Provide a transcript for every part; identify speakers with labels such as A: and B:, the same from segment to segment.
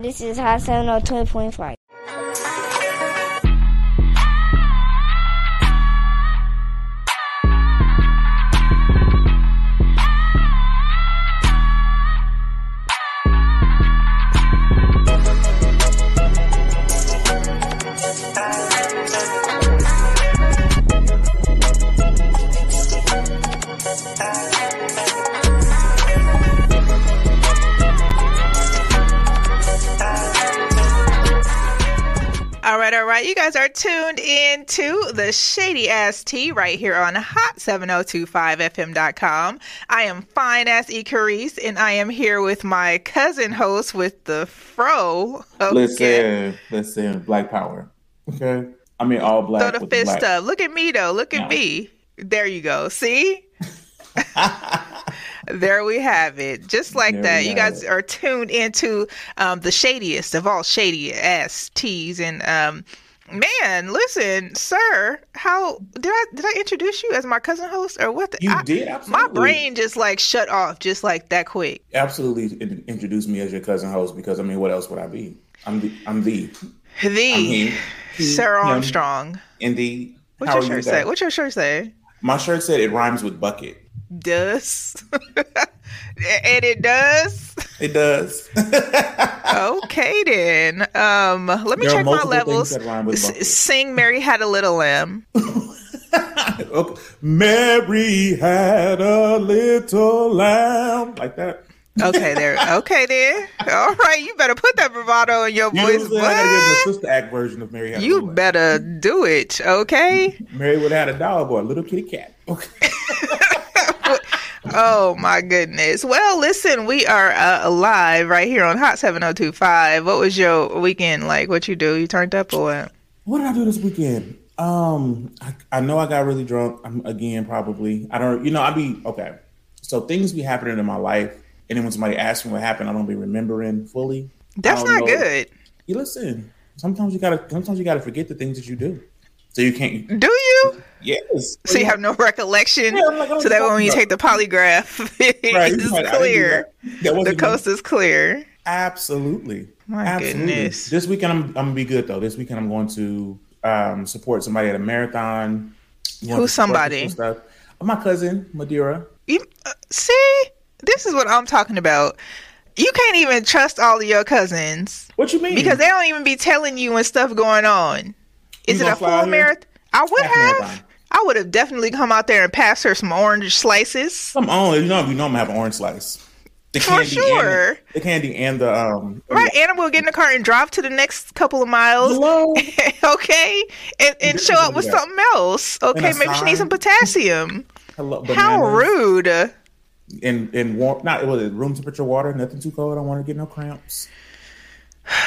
A: This is Hot 702.5.
B: All right, all right. You guys are tuned in to the Shady Ass Tea right here on hot7025fm.com. I am fine ass E. Carice, and I am here with my cousin host with the fro. Okay.
C: Listen, listen, black power. Okay. I mean, all black.
B: Throw the
C: with
B: fist
C: black.
B: up. Look at me, though. Look at
C: No.
B: me. There you go. See? there we have it. Just like
C: There
B: that.
C: we
B: You
C: have
B: guys
C: it.
B: are tuned into um, the shadiest of all shady ass teas. And um, man, listen, sir, how did I did I introduce you as my cousin host or what? The,
C: You
B: I-
C: did
B: my
C: absolutely.
B: brain just like shut off just like that quick.
C: absolutely in- introduce me as your cousin host because I mean, what else would I be? I'm the I'm the
B: The
C: I'm him.
B: Sir
C: Him.
B: E, Armstrong.
C: and the.
B: What's
C: how
B: your
C: are you
B: shirt
C: today?
B: say? What's your shirt say?
C: My shirt said it rhymes with bucket.
B: Does and it does.
C: It does.
B: Okay then. Um let me
C: There are
B: check my
C: multiple
B: levels.
C: things that rhyme with
B: S-
C: bucket.
B: sing Mary Had a Little Lamb.
C: okay. Mary had a little lamb like that.
B: Okay there. Okay then. All right, you better put that bravado in your
C: You know what I'm
B: voice.
C: saying? I gotta
B: What?
C: give the sister act version of Mary had a
B: You
C: little lamb.
B: better do it, okay?
C: Mary would have had a dog or a little kitty cat. Okay.
B: Oh my goodness. Well, listen, we are uh, alive right here on Hot 7025. What was your weekend like? What you do? You turned up or what?
C: What did I do this weekend? Um, I, I know I got really drunk. I'm again probably. I don't. You know, I be okay. So things be happening in my life, and then when somebody asks me what happened, I don't be remembering fully.
B: That's
C: I don't
B: not
C: know.
B: good.
C: You listen. Sometimes you gotta. Sometimes you gotta forget the things that you do, so you can't.
B: Do you?
C: Yes.
B: So you have no recollection.
C: Yeah, I'm like, I don't
B: so that
C: know
B: when you
C: about-
B: take the polygraph,
C: Right,
B: it's
C: right, I didn't do
B: clear.
C: that. That
B: The
C: wasn't me.
B: coast is clear.
C: Absolutely.
B: My
C: Absolutely.
B: goodness.
C: This weekend I'm, I'm gonna be good though. This weekend I'm going to um, support somebody at a marathon. Going to support
B: somebody?
C: some Stuff. My cousin Madeira.
B: You uh, see, this is what I'm talking about. You can't even trust all of your cousins
C: What you mean?
B: because they don't even be telling you when stuff going on. Is it
C: You gonna
B: a
C: fly
B: full
C: out here?
B: marathon? I would
C: Half
B: have.
C: marathon.
B: I would have definitely come out there and passed her some orange slices.
C: Come on, you know you know I'm gonna have an orange slice. The
B: For sure.
C: And the, the candy and the um.
B: Right, and we'll get in the car and drive to the next couple of miles.
C: Hello.
B: okay, and, and
C: This
B: show
C: is
B: up with
C: what we got.
B: something else. Okay, maybe she needs some
C: sign.
B: potassium.
C: Hello.
B: How
C: bananas
B: rude!
C: And and warm. Not it was it room temperature water. Nothing too cold. I don't want to get no cramps.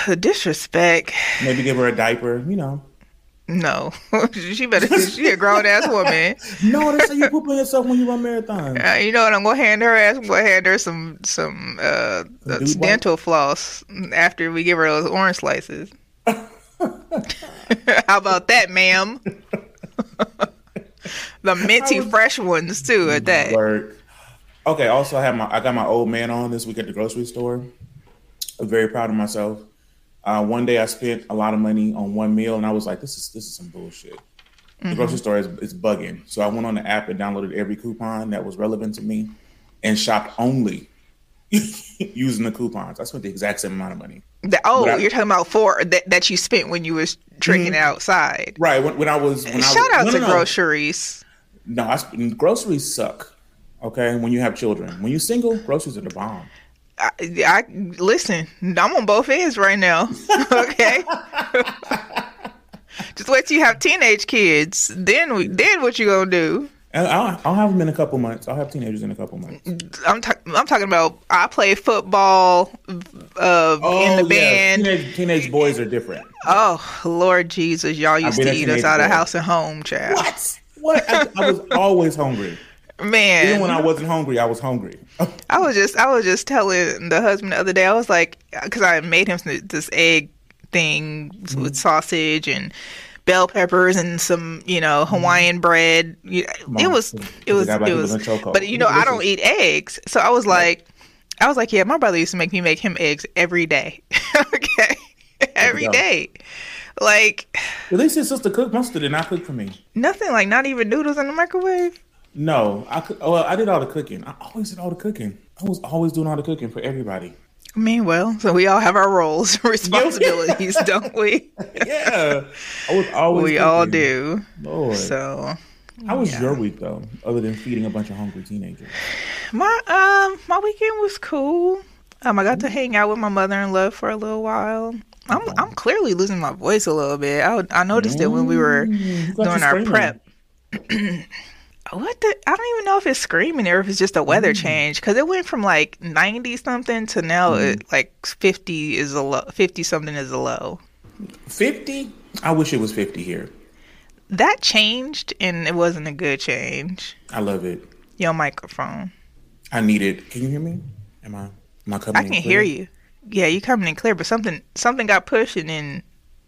B: The disrespect.
C: Maybe give her a diaper. You know.
B: No, she better. She a grown ass woman.
C: No, that's how you poop on yourself when you run marathons.
B: Uh, you know what? I'm gonna hand her ass. I'm gonna hand her some some uh, uh,
C: Dude wipe?
B: dental floss after we give her those orange slices. How about that, ma'am? the minty
C: was-
B: fresh ones too. At that,
C: Work. Okay. Also, I have my I got my old man on this week at the grocery store. I'm very proud of myself. Uh, one day I spent a lot of money on one meal, and I was like, "This is this is some bullshit."
B: Mm-hmm.
C: The grocery store is, is bugging. So I went on the app and downloaded every coupon that was relevant to me, and shopped only using the coupons. I spent the exact same amount of money.
B: The- oh,
C: But I-
B: you're talking about four that, that you spent when you was drinking outside.
C: Right when, when I was when I
B: Shout
C: was,
B: out
C: no,
B: to
C: no, no.
B: groceries.
C: No, I, sp- groceries suck. Okay, when you have children, when you're single, groceries are the bomb.
B: I, I listen. I'm on both ends right now. Okay. Just wait till you have teenage kids. Then, we, then what you gonna do?
C: And I'll, I'll have them in a couple months. I'll have teenagers in a couple months.
B: I'm ta- I'm talking about. I play football uh, in
C: Oh,
B: the band.
C: Teenage, teenage boys are different.
B: Oh Lord Jesus, y'all used
C: been
B: to
C: a
B: eat us
C: teenage
B: out of
C: boy.
B: house and home, child.
C: What? What? I, I was always hungry.
B: Man,
C: Even when I wasn't hungry, I was hungry.
B: I was just I was just telling the husband the other day. I was like, because I made him some- this egg thing with sausage and bell peppers and some you know Hawaiian bread. You- It
C: on.
B: was it was
C: The guy
B: it
C: black
B: was,
C: people in chokehold.
B: but you know I don't eat eggs, so I was like. I was like, yeah, my brother used to make me make him eggs every day. okay. every
C: go.
B: day. Like
C: At least his sister cooked. My sister did not cook for me.
B: nothing, like not even noodles in the microwave.
C: No, I cook. Well, I did all the cooking. I always did all the cooking. I was always doing all the cooking for everybody.
B: I mean, well, so we all have our roles and responsibilities, don't we?
C: Yeah, I was always.
B: We all
C: cooking.
B: do.
C: Lord,
B: So
C: how was your week though? Other than feeding a bunch of hungry teenagers.
B: my um my weekend was cool. Um, I got
C: Mm-hmm.
B: to hang out with my mother in law for a little while. I'm I'm clearly losing my voice a little bit. I I noticed it when we were
C: You got
B: doing
C: you
B: our
C: screaming.
B: prep. what the? I don't even know if it's screaming or if it's just a weather
C: Mm.
B: change because it went from like ninety something to now
C: Mm.
B: it, like fifty is a low. Fifty something is a low.
C: Fifty? I wish it was fifty here.
B: That changed and it wasn't a good change.
C: I love it.
B: Your microphone.
C: I need it. Can you hear me? Am I? Am I coming?
B: I
C: in
B: can
C: clear?
B: hear you. Yeah, you coming in clear, but something something got pushed and then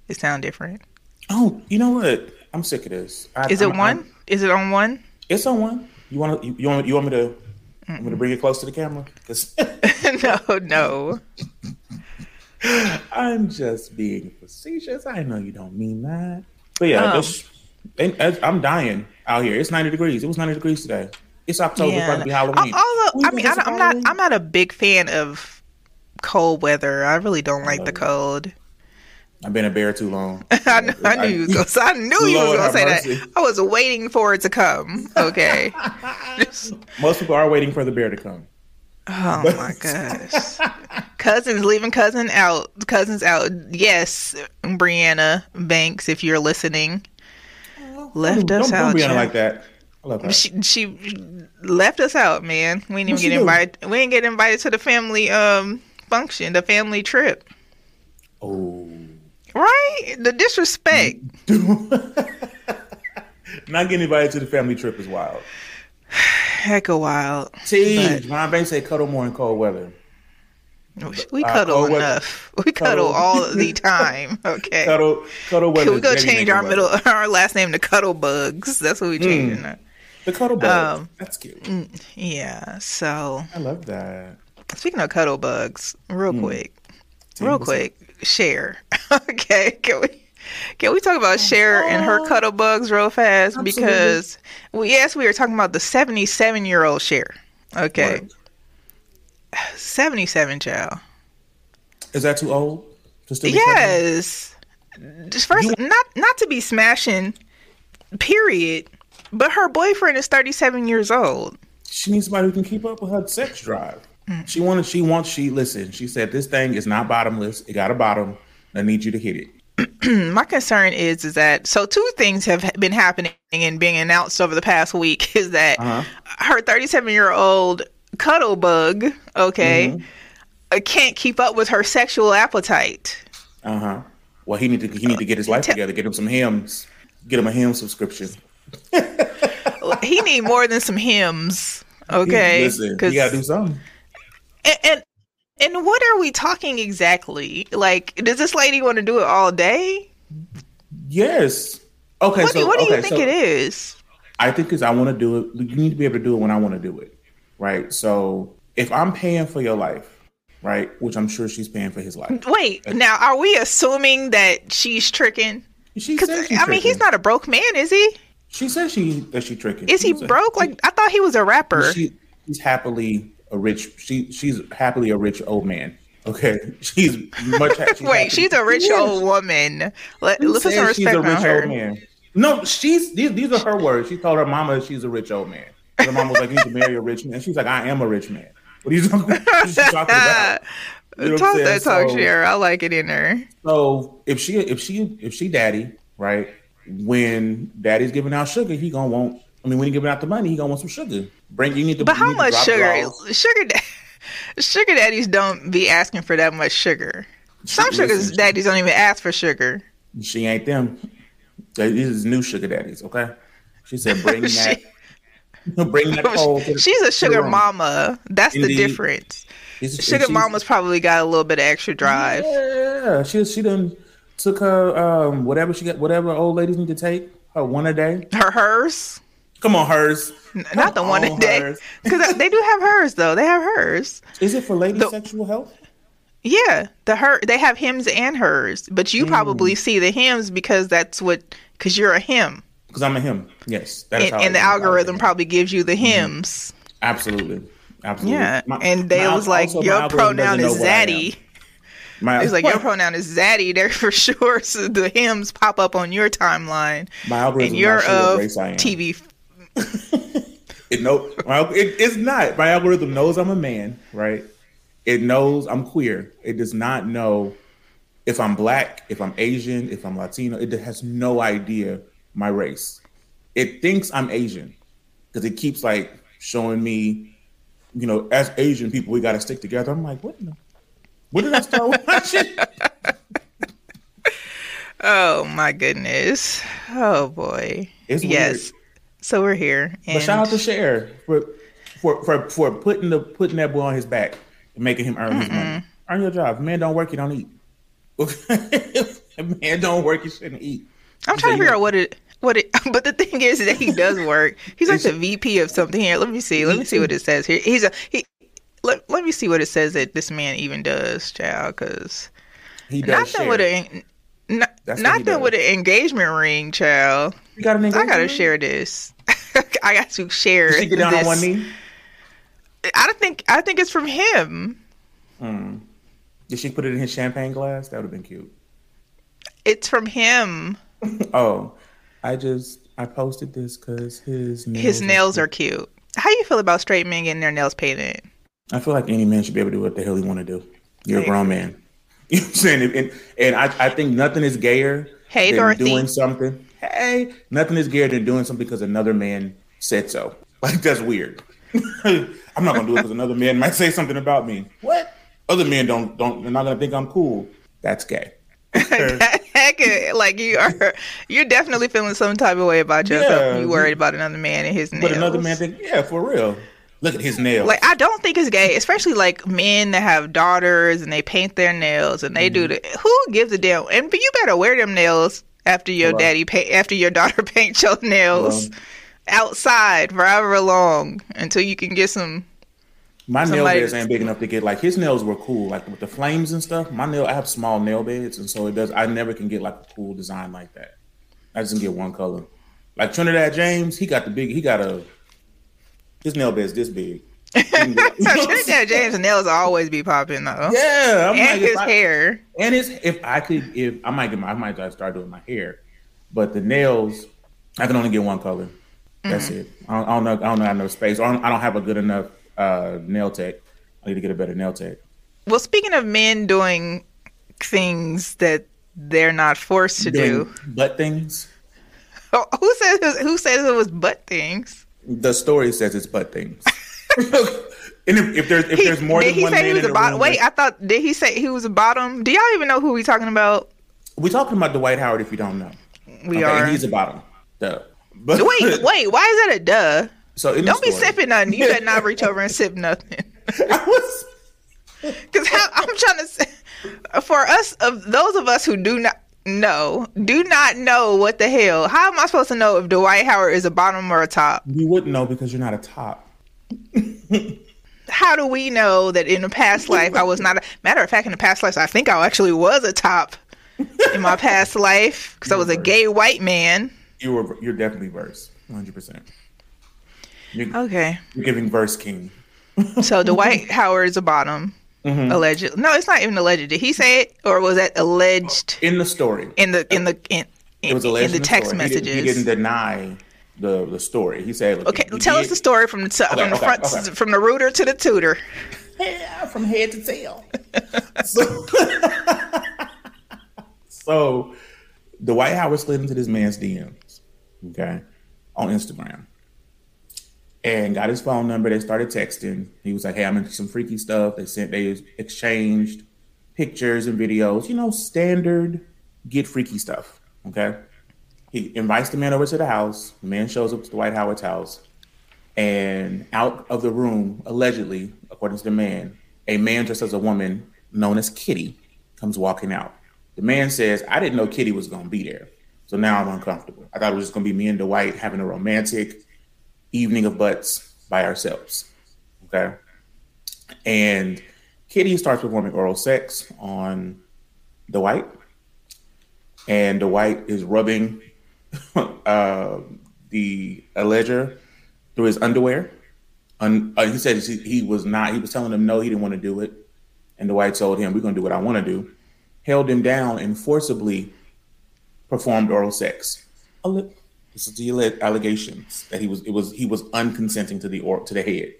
B: it sound different.
C: Oh, you know what? I'm sick of this. I,
B: Is it
C: I'm-
B: one?
C: I'm-
B: Is it on one?
C: It's on one. You want to? You, you want? You want me to? I'm gonna bring it close to the camera 'Cause
B: no, no.
C: I'm just being facetious. I know you don't mean that, but yeah,
B: Um.
C: that's- and, and I'm dying out here. It's 90 degrees. It was 90 degrees today. It's October. It's about to be Halloween.
B: I, although I
C: Ooh,
B: mean, I
C: it's
B: don't, I'm not
C: Halloween.
B: I'm not a big fan of cold weather. I really don't like the
C: Oh.
B: cold.
C: I've been a bear too long.
B: I, knew, I knew you was gonna. say- I knew you was
C: Lord
B: gonna
C: have
B: say
C: mercy.
B: that. I was waiting for it to come. Okay.
C: Most people are waiting for the bear to come.
B: Oh my gosh. Cousins leaving cousin out. Cousins out. Yes, Brianna Banks, if you're listening, left
C: don't,
B: us
C: don't
B: out.
C: be on it
B: child.
C: like that. I love her.
B: she, she left us out, man. We didn't
C: What
B: even
C: she
B: get
C: do?
B: invited. We didn't get invited to the family um function, the family trip,
C: oh,
B: right? The disrespect.
C: Mm. not getting invited to the family trip is wild.
B: Heck of wild.
C: T. Ron Banks say cuddle more in cold weather.
B: We
C: Uh,
B: cuddle
C: oh, what-
B: enough. We cuddle,
C: cuddle.
B: all the time. Okay.
C: Cuddle, cuddle weather.
B: Can we
C: is
B: go
C: baby
B: change
C: making
B: our
C: weather. Hmm.
B: middle our last name to Cuddle Bugs? That's what we changing. that.
C: The cuddle bug.
B: Um,
C: That's cute.
B: Yeah. So
C: I love that.
B: speaking of cuddle bugs, real quick,
C: T,
B: real
C: Mm. what's up?
B: quick, share. okay, can we? Can we talk about Cher and her cuddle bugs real fast? Because, well, yes, we were talking about the 77 year old Cher. Okay.
C: Right.
B: 77, child.
C: Is that too old? To still be cuddling?
B: Yes. Just first, not not to be smashing, period. But her boyfriend is thirty seven years old.
C: She needs somebody who can keep up with her sex drive.
B: Mm.
C: She wanted. She wants. She listen. She said this thing is not bottomless. It got a bottom. I need you to hit it.
B: My concern is is that so two things have been happening and being announced over the past week is that
C: Uh-huh.
B: her thirty seven year old cuddle bug, okay,
C: Mm-hmm.
B: uh, can't keep up with her sexual appetite.
C: Uh huh. Well, he need to. He need to get
B: Uh,
C: his life together. Get him some hymns. Get him a hymn subscription.
B: he need more than some hymns, okay?
C: Listen,
B: 'Cause-
C: you gotta do something.
B: and, and and what are we talking exactly? Like, does this lady want to do it all day?
C: Yes. Okay.
B: What,
C: so
B: do, what do you
C: okay,
B: think
C: so-
B: it is?
C: I think is I want to do it. You need to be able to do it when I want to do it, right? So if I'm paying for your life, right, which I'm sure she's paying for his life.
B: Wait, now are we assuming that she's tricking?
C: She
B: Because
C: says she's
B: I mean, he's
C: tricking.
B: not a broke man, is he?
C: She says she that she tricking.
B: Is he
C: She's a-
B: broke? Like, I thought he was a rapper.
C: She, she's happily a rich. She she's happily a rich old man. Okay, she's much. She's happily-
B: Wait, she's a rich
C: Yes.
B: old woman. Let,
C: She
B: let's put some
C: says she's
B: respect
C: a
B: on
C: rich
B: her.
C: old man. No, she's these, these are her words. She told her mama she's a rich old man. And Her mama was like, "You should marry a rich man." She's like, "I am a rich man." What are you talking, what are you talking about? You know what I'm
B: talk
C: saying?
B: that talk,
C: So-
B: Cher. I like it in her.
C: So if she if she if she daddy right when daddy's giving out sugar, he gonna want. I mean, when he giving out the money, he gonna want some sugar. Bring you need to.
B: But
C: you
B: how
C: need to
B: much
C: drop
B: sugar?
C: draws.
B: Sugar, da- sugar daddies don't be asking for that much sugar. Some
C: Listen,
B: sugar daddies don't even ask for sugar.
C: She ain't them. They- These is new sugar daddies. Okay. She said, "Bring that." Bring that coal. to the-
B: She's
C: to
B: a
C: the
B: sugar
C: room."
B: mama. That's the
C: Indeed.
B: difference.
C: This is-
B: Sugar
C: she's-
B: mama's probably got a little bit of extra drive.
C: Yeah, she she done took her um whatever she got whatever old ladies need to take her one a day
B: Her hers.
C: Come on, hers.
B: N- Not the
C: Come
B: one
C: on,
B: that
C: hers.
B: because they do have hers though. They have hers.
C: Is it for lady
B: The-
C: sexual health?
B: Yeah, the her they have hymns and hers, but you
C: Mm.
B: probably see the hymns because that's what because you're a hymn,
C: Because I'm a him. Yes, that is
B: and,
C: how I
B: and the
C: think about it.
B: algorithm probably gives you the hymns.
C: Absolutely, absolutely.
B: Yeah,
C: My-
B: and they
C: my-
B: was like,
C: also, my
B: your
C: algorithm doesn't
B: pronoun is
C: know what I am.
B: zaddy.
C: My,
B: It's like your
C: What?
B: pronoun is zaddy there for sure. So the hymns pop up on your timeline,
C: My algorithm
B: and uh, you're
C: not sure what
B: of
C: race I am.
B: TV.
C: It no, my, al- it, it's not. My algorithm knows I'm a man, right? It knows I'm queer. It does not know if I'm black, if I'm Asian, if I'm Latino. It has no idea my race. It thinks I'm Asian because it keeps like showing me, you know, as Asian people, we got to stick together. I'm like, what? in the- When did I start watching?
B: Oh my goodness! Oh boy!
C: It's
B: yes.
C: weird.
B: So we're here, and
C: But shout out to Cher for for for, for putting the putting that boy on his back and making him earn his money. Earn your job. If man don't work, he don't eat. If man don't work, he shouldn't eat.
B: I'm trying to
C: you
B: figure
C: know-
B: out what it. What it, but the thing is that he does work. He's like the VP of something here. Let me see. Let me see what it says here. He's a he. Let, let me see what it says that this man even does, child. Because
C: He does
B: nothing
C: share.
B: with an n-
C: That's what he
B: nothing with an engagement ring, child.
C: You got an
B: I gotta
C: engagement?
B: share this. I got to share
C: Did she get down
B: this.
C: on one knee?
B: I don't think. I think it's from him.
C: Did she put it in his champagne glass? That would have been cute.
B: It's from him.
C: Oh, I just I posted this because his nails
B: His nails are cute. How you feel about straight men getting their nails painted?
C: I feel like any man should be able to do what the hell he want to do. You're a grown man. You know what I'm saying? And, and I, I think nothing is gayer
B: Hey,
C: than
B: Dorothy.
C: doing something. Hey, nothing is gayer than doing something because another man said so. Like, that's weird. I'm not going to do it because another man might say something about me. What? Other men don't, don't, they're not going to think I'm cool. That's gay.
B: Heck, like you are, you're definitely feeling some type of way about yourself.
C: Yeah.
B: You worried about another man and his nails.
C: But another man think, yeah, for real. Look at his nails.
B: like I don't think it's gay, especially like men that have daughters and they paint their nails and they do
C: Mm-hmm.
B: the. Who gives a damn? And but you better wear them nails after your
C: Hello.
B: daddy paint after your daughter paints your
C: Um,
B: nails outside for however long until you can get some.
C: My nail
B: Somebody-
C: beds ain't big enough to get like his nails were cool, like with the flames and stuff. My nail, I have small nail beds, and so it does. I never can get like a cool design like that. I just can get one color. Like Trinidad James, he got the big. He got a his nail bed's this big.
B: Trinidad James' nails always be popping though,
C: Yeah, I'm
B: and
C: like, if
B: his
C: I-
B: hair.
C: and it's if I could, if I might get my, I might just start doing my hair, but the nails, I can only get one color. That's
B: Mm-hmm.
C: it. I don't, I don't know. I don't know. I have enough space. I don't, I don't have a good enough uh, nail tech. I need to get a better nail tech.
B: Well, speaking of men doing things that they're not forced to
C: doing
B: do,
C: butt things.
B: Oh, who said it was- who said it was butt things?
C: The story says it's butt things. and if, if there's if there's more
B: did
C: than
B: he
C: one
B: say
C: man
B: he was
C: in
B: a
C: the
B: bottom?
C: room,
B: Wait, I thought did he say he was a bottom? Do y'all even know who we talking about?
C: we're talking about Dwight Howard. If you don't know,
B: We
C: Okay,
B: are.
C: and he's a bottom. Duh. But
B: wait, wait. Why is that a duh?
C: So in the
B: Don't be
C: story-
B: sipping nothing. You better not reach over and sip nothing.
C: I was-
B: Because I'm trying to say, for us of those of us who do not know, do not know what the hell. How am I supposed to know if Dwight Howard is a bottom or a top?
C: you wouldn't know because you're not a top.
B: How do we know that in a past life I was not a matter of fact? In the past life, I think I actually was a top in my past life because I was a gay white man.
C: You were you're definitely verse, 100. percent You're
B: Okay,
C: you're giving verse king.
B: so Dwight Howard is a bottom.
C: Mm-hmm.
B: Alleged? No, it's not even alleged. Did he say it, or was that alleged?
C: In the story,
B: in the in the in, in,
C: Oh, it was alleged
B: in the text
C: story. He didn't-
B: messages.
C: He didn't, deny the the story. He said,
B: okay, tell us the story from the t- from the
C: okay,
B: front
C: okay.
B: from the rooter to the tutor.
C: Yeah, from head to tail. so, so the White House slid into this man's DMs, okay, on Instagram, and got his phone number. They started texting. He was like, "Hey, I'm into some freaky stuff." They sent, they exchanged pictures and videos. You know, standard get freaky stuff. Okay, he invites the man over to the house. The man shows up to the White Howard's house and out of the room, allegedly, according to the man, a man dressed as a woman known as Kitty comes walking out. The man says, I didn't know Kitty was going to be there. So now I'm uncomfortable. I thought it was just going to be me and Dwight having a romantic evening of butts by ourselves. Okay. And Kitty starts performing oral sex on Dwight. And Dwight is rubbing uh, the alleger through his underwear. Un- uh, he said he, he was not, he was telling him no, he didn't want to do it. And Dwight told him, We're going to do what I want to do. Held him down and forcibly performed oral sex. Alle- This is the alle- allegations that he was it was he was unconsenting to the or to the head.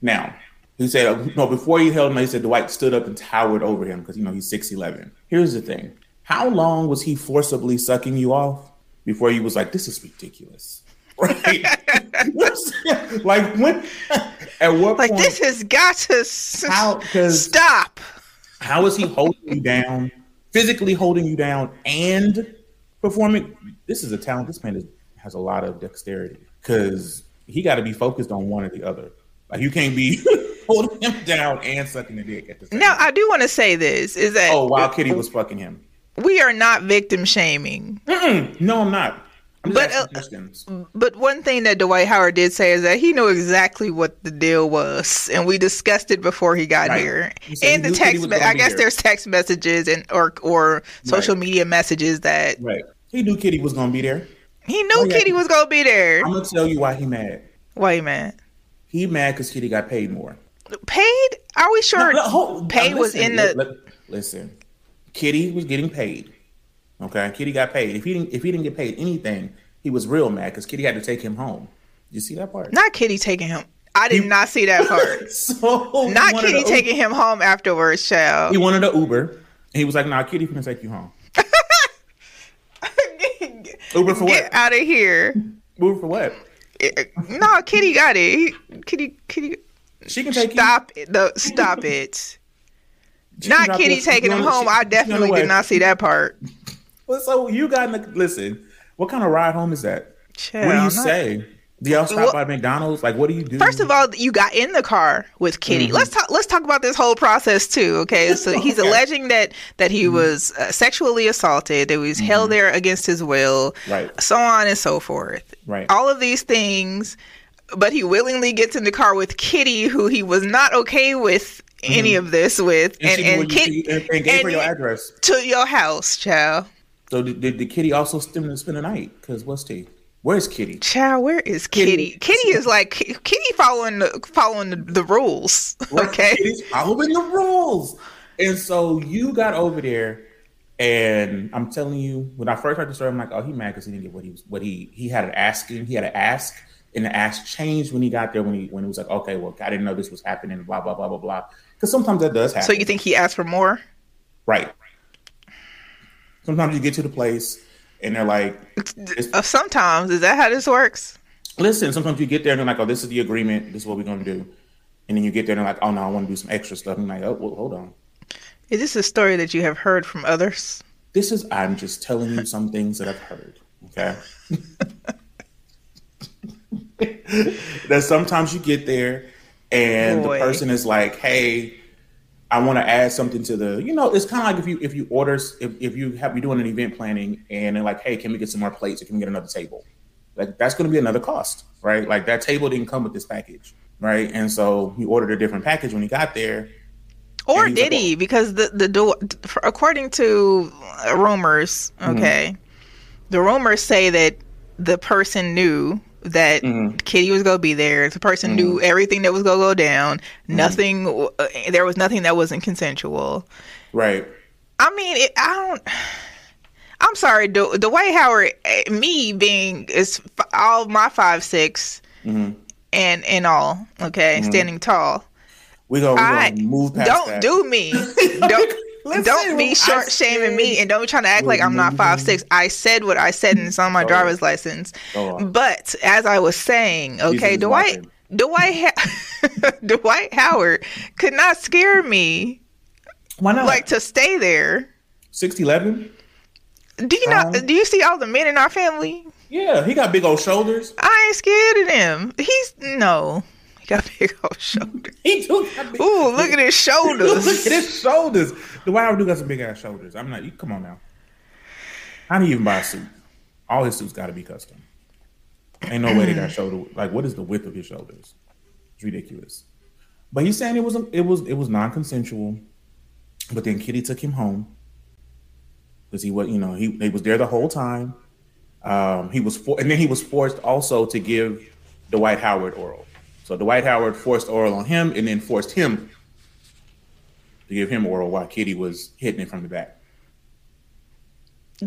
C: Now he said uh, no before he held him. He said Dwight stood up and towered over him because you know he's six eleven. Here's the thing: how long was he forcibly sucking you off before you was like this is ridiculous, right? What's- like when? At what
B: Like
C: point?
B: this has got to s-
C: how? Because
B: stop.
C: how is he holding you down, physically holding you down, and performing? This is a talent. This man is, has a lot of dexterity because he got to be focused on one or the other. Like you can't be holding him down and sucking the dick at the same.
B: Now
C: time.
B: I do want to say this is that
C: oh, while Kitty was fucking him.
B: we are not victim shaming.
C: No, I'm not. I'm just
B: But,
C: asking
B: uh,
C: questions.
B: But one thing that Dwight Howard did say is that he knew exactly what the deal was, and we discussed it before he got
C: Right.
B: here.
C: He said he
B: And the
C: knew that he
B: text,
C: was
B: me- I
C: gonna be
B: guess
C: here.
B: there's text messages and or or social
C: Right.
B: media messages that
C: Right. He knew Kitty was gonna be there.
B: he knew
C: Oh, yeah.
B: Kitty was gonna be there.
C: I'm gonna tell you why he mad.
B: Wait a minute,
C: He mad because Kitty got paid more.
B: paid? Are we sure?
C: No, no, hold-
B: Pay
C: now
B: was
C: listen,
B: in the-
C: li- li- listen. Kitty was getting paid. Okay, Kitty got paid. If he didn't, if he didn't get paid anything, he was real mad because Kitty had to take him home. You see that part?
B: Not Kitty taking him. I did not see that part.
C: so he
B: not
C: wanted
B: Kitty
C: a Uber-
B: taking him home afterwards, child.
C: He wanted an Uber, and he was like, "Nah, Kitty, gonna take you home." Uber for
B: Get
C: what?
B: out of here.
C: Uber for what?
B: It- No, Kitty got it. He- Kitty, Kitty,
C: She can take
B: stop it. The, stop it.
C: you. She can
B: Not
C: drop
B: Kitty
C: you-
B: taking
C: she-
B: him
C: she-
B: home.
C: she
B: I
C: on the
B: definitely
C: way.
B: did not see that part.
C: Well, So you got in the, listen. What kind of ride home is that?
B: Child,
C: what do you
B: not-
C: say? Do y'all stop
B: Well-
C: by McDonald's? Like, what do you do?
B: First of all, you got in the car with Kitty. Let's talk. Let's talk about this whole process too. Okay, so he's
C: Mm-hmm. oh, Okay. Mm-hmm.
B: alleging that that he was uh, sexually assaulted, that he was held there against his will,
C: Right.
B: So on and so forth.
C: Right.
B: All of these things, but he willingly gets in the car with Kitty, who he was not okay with any of this with, and
C: she knew
B: and,
C: what you-
B: Kit-
C: Mm-hmm. and, and gave her
B: and-
C: your address.
B: to your house, child.
C: So did, did, did Kitty also spend, spend the night? Because what's T? Where's Kitty?
B: Child, where is Kitty? Kitty,
C: Kitty.
B: is like Kitty following the following the, the rules. Okay.
C: Kitty's following the rules. And so you got over there, and I'm telling you, when I first heard the story, I'm like, oh, he mad because he didn't get what he was. What he he had an asking, he had an ask, and the ask changed when he got there. When he when it was like, okay, well, I didn't know this was happening. Blah blah blah blah blah. Because sometimes that does happen.
B: So you think he asked for more?
C: right? Sometimes you get to the place, and they're like, It's-
B: Uh, Sometimes is that how this works?
C: listen, sometimes you get there and they're like, oh, this is the agreement. This is what we're going to do. And then you get there and they're like, oh, no, I want to do some extra stuff. And you're like, oh, well, hold on.
B: Is this a story that you have heard from others?
C: This is, I'm just telling you some things that I've heard. Okay. that sometimes you get there and
B: Boy.
C: the person is like, hey, I want to add something to the, you know, it's kind of like if you if you order if, if you have you're doing an event planning and they're like, hey, can we get some more plates or can we get another table? Like that's going to be another cost, right? Like that table didn't come with this package, right? And so you ordered a different package when you got there.
B: Or
C: And he's like,
B: did he? Because the the door, according to uh, rumors, okay, the rumors say that the person knew that Kitty was gonna be there. The person knew everything that was gonna go down. Nothing. w- Uh, there was nothing that wasn't consensual.
C: Right.
B: I mean, it, I don't. I'm sorry, the Dwight Howard. eh, Me being is f- all of my five six
C: Mm-hmm.
B: and and all okay, standing tall.
C: We're going
B: I
C: to move past
B: don't
C: Mm-hmm. that.
B: do me. don't
C: Listen,
B: don't
C: I Mm-hmm.
B: be short shaming me and don't be trying to act like I'm not five six. I said what I said and it's on my
C: Go
B: driver's license.
C: Go on.
B: But as I was saying, okay,
C: is
B: Dwight Dwight ha- Dwight Howard could not scare me
C: Why not?
B: like to stay there.
C: 6'11"?
B: Do you know?
C: Um,
B: do you see all the men in our family?
C: Yeah, he got big old shoulders.
B: I ain't scared of them. He's no. He got big old shoulders.
C: He do got big-
B: Ooh, look at his
C: Look
B: shoulders.
C: at his shoulders. The Wild do got some big ass shoulders. I'm not. You come on now. How do you even buy a suit? All his suits got to be custom. Ain't no way they got shoulder. Like, what is the width of his shoulders? It's ridiculous. But he's saying it was it was it was non-consensual. But then Kitty took him home because he was you know he they was there the whole time. Um, he was for, and then he was forced also to give Dwight Howard oral. So Dwight Howard forced oral on him, and then forced him to give him oral while Kitty was hitting it from the back.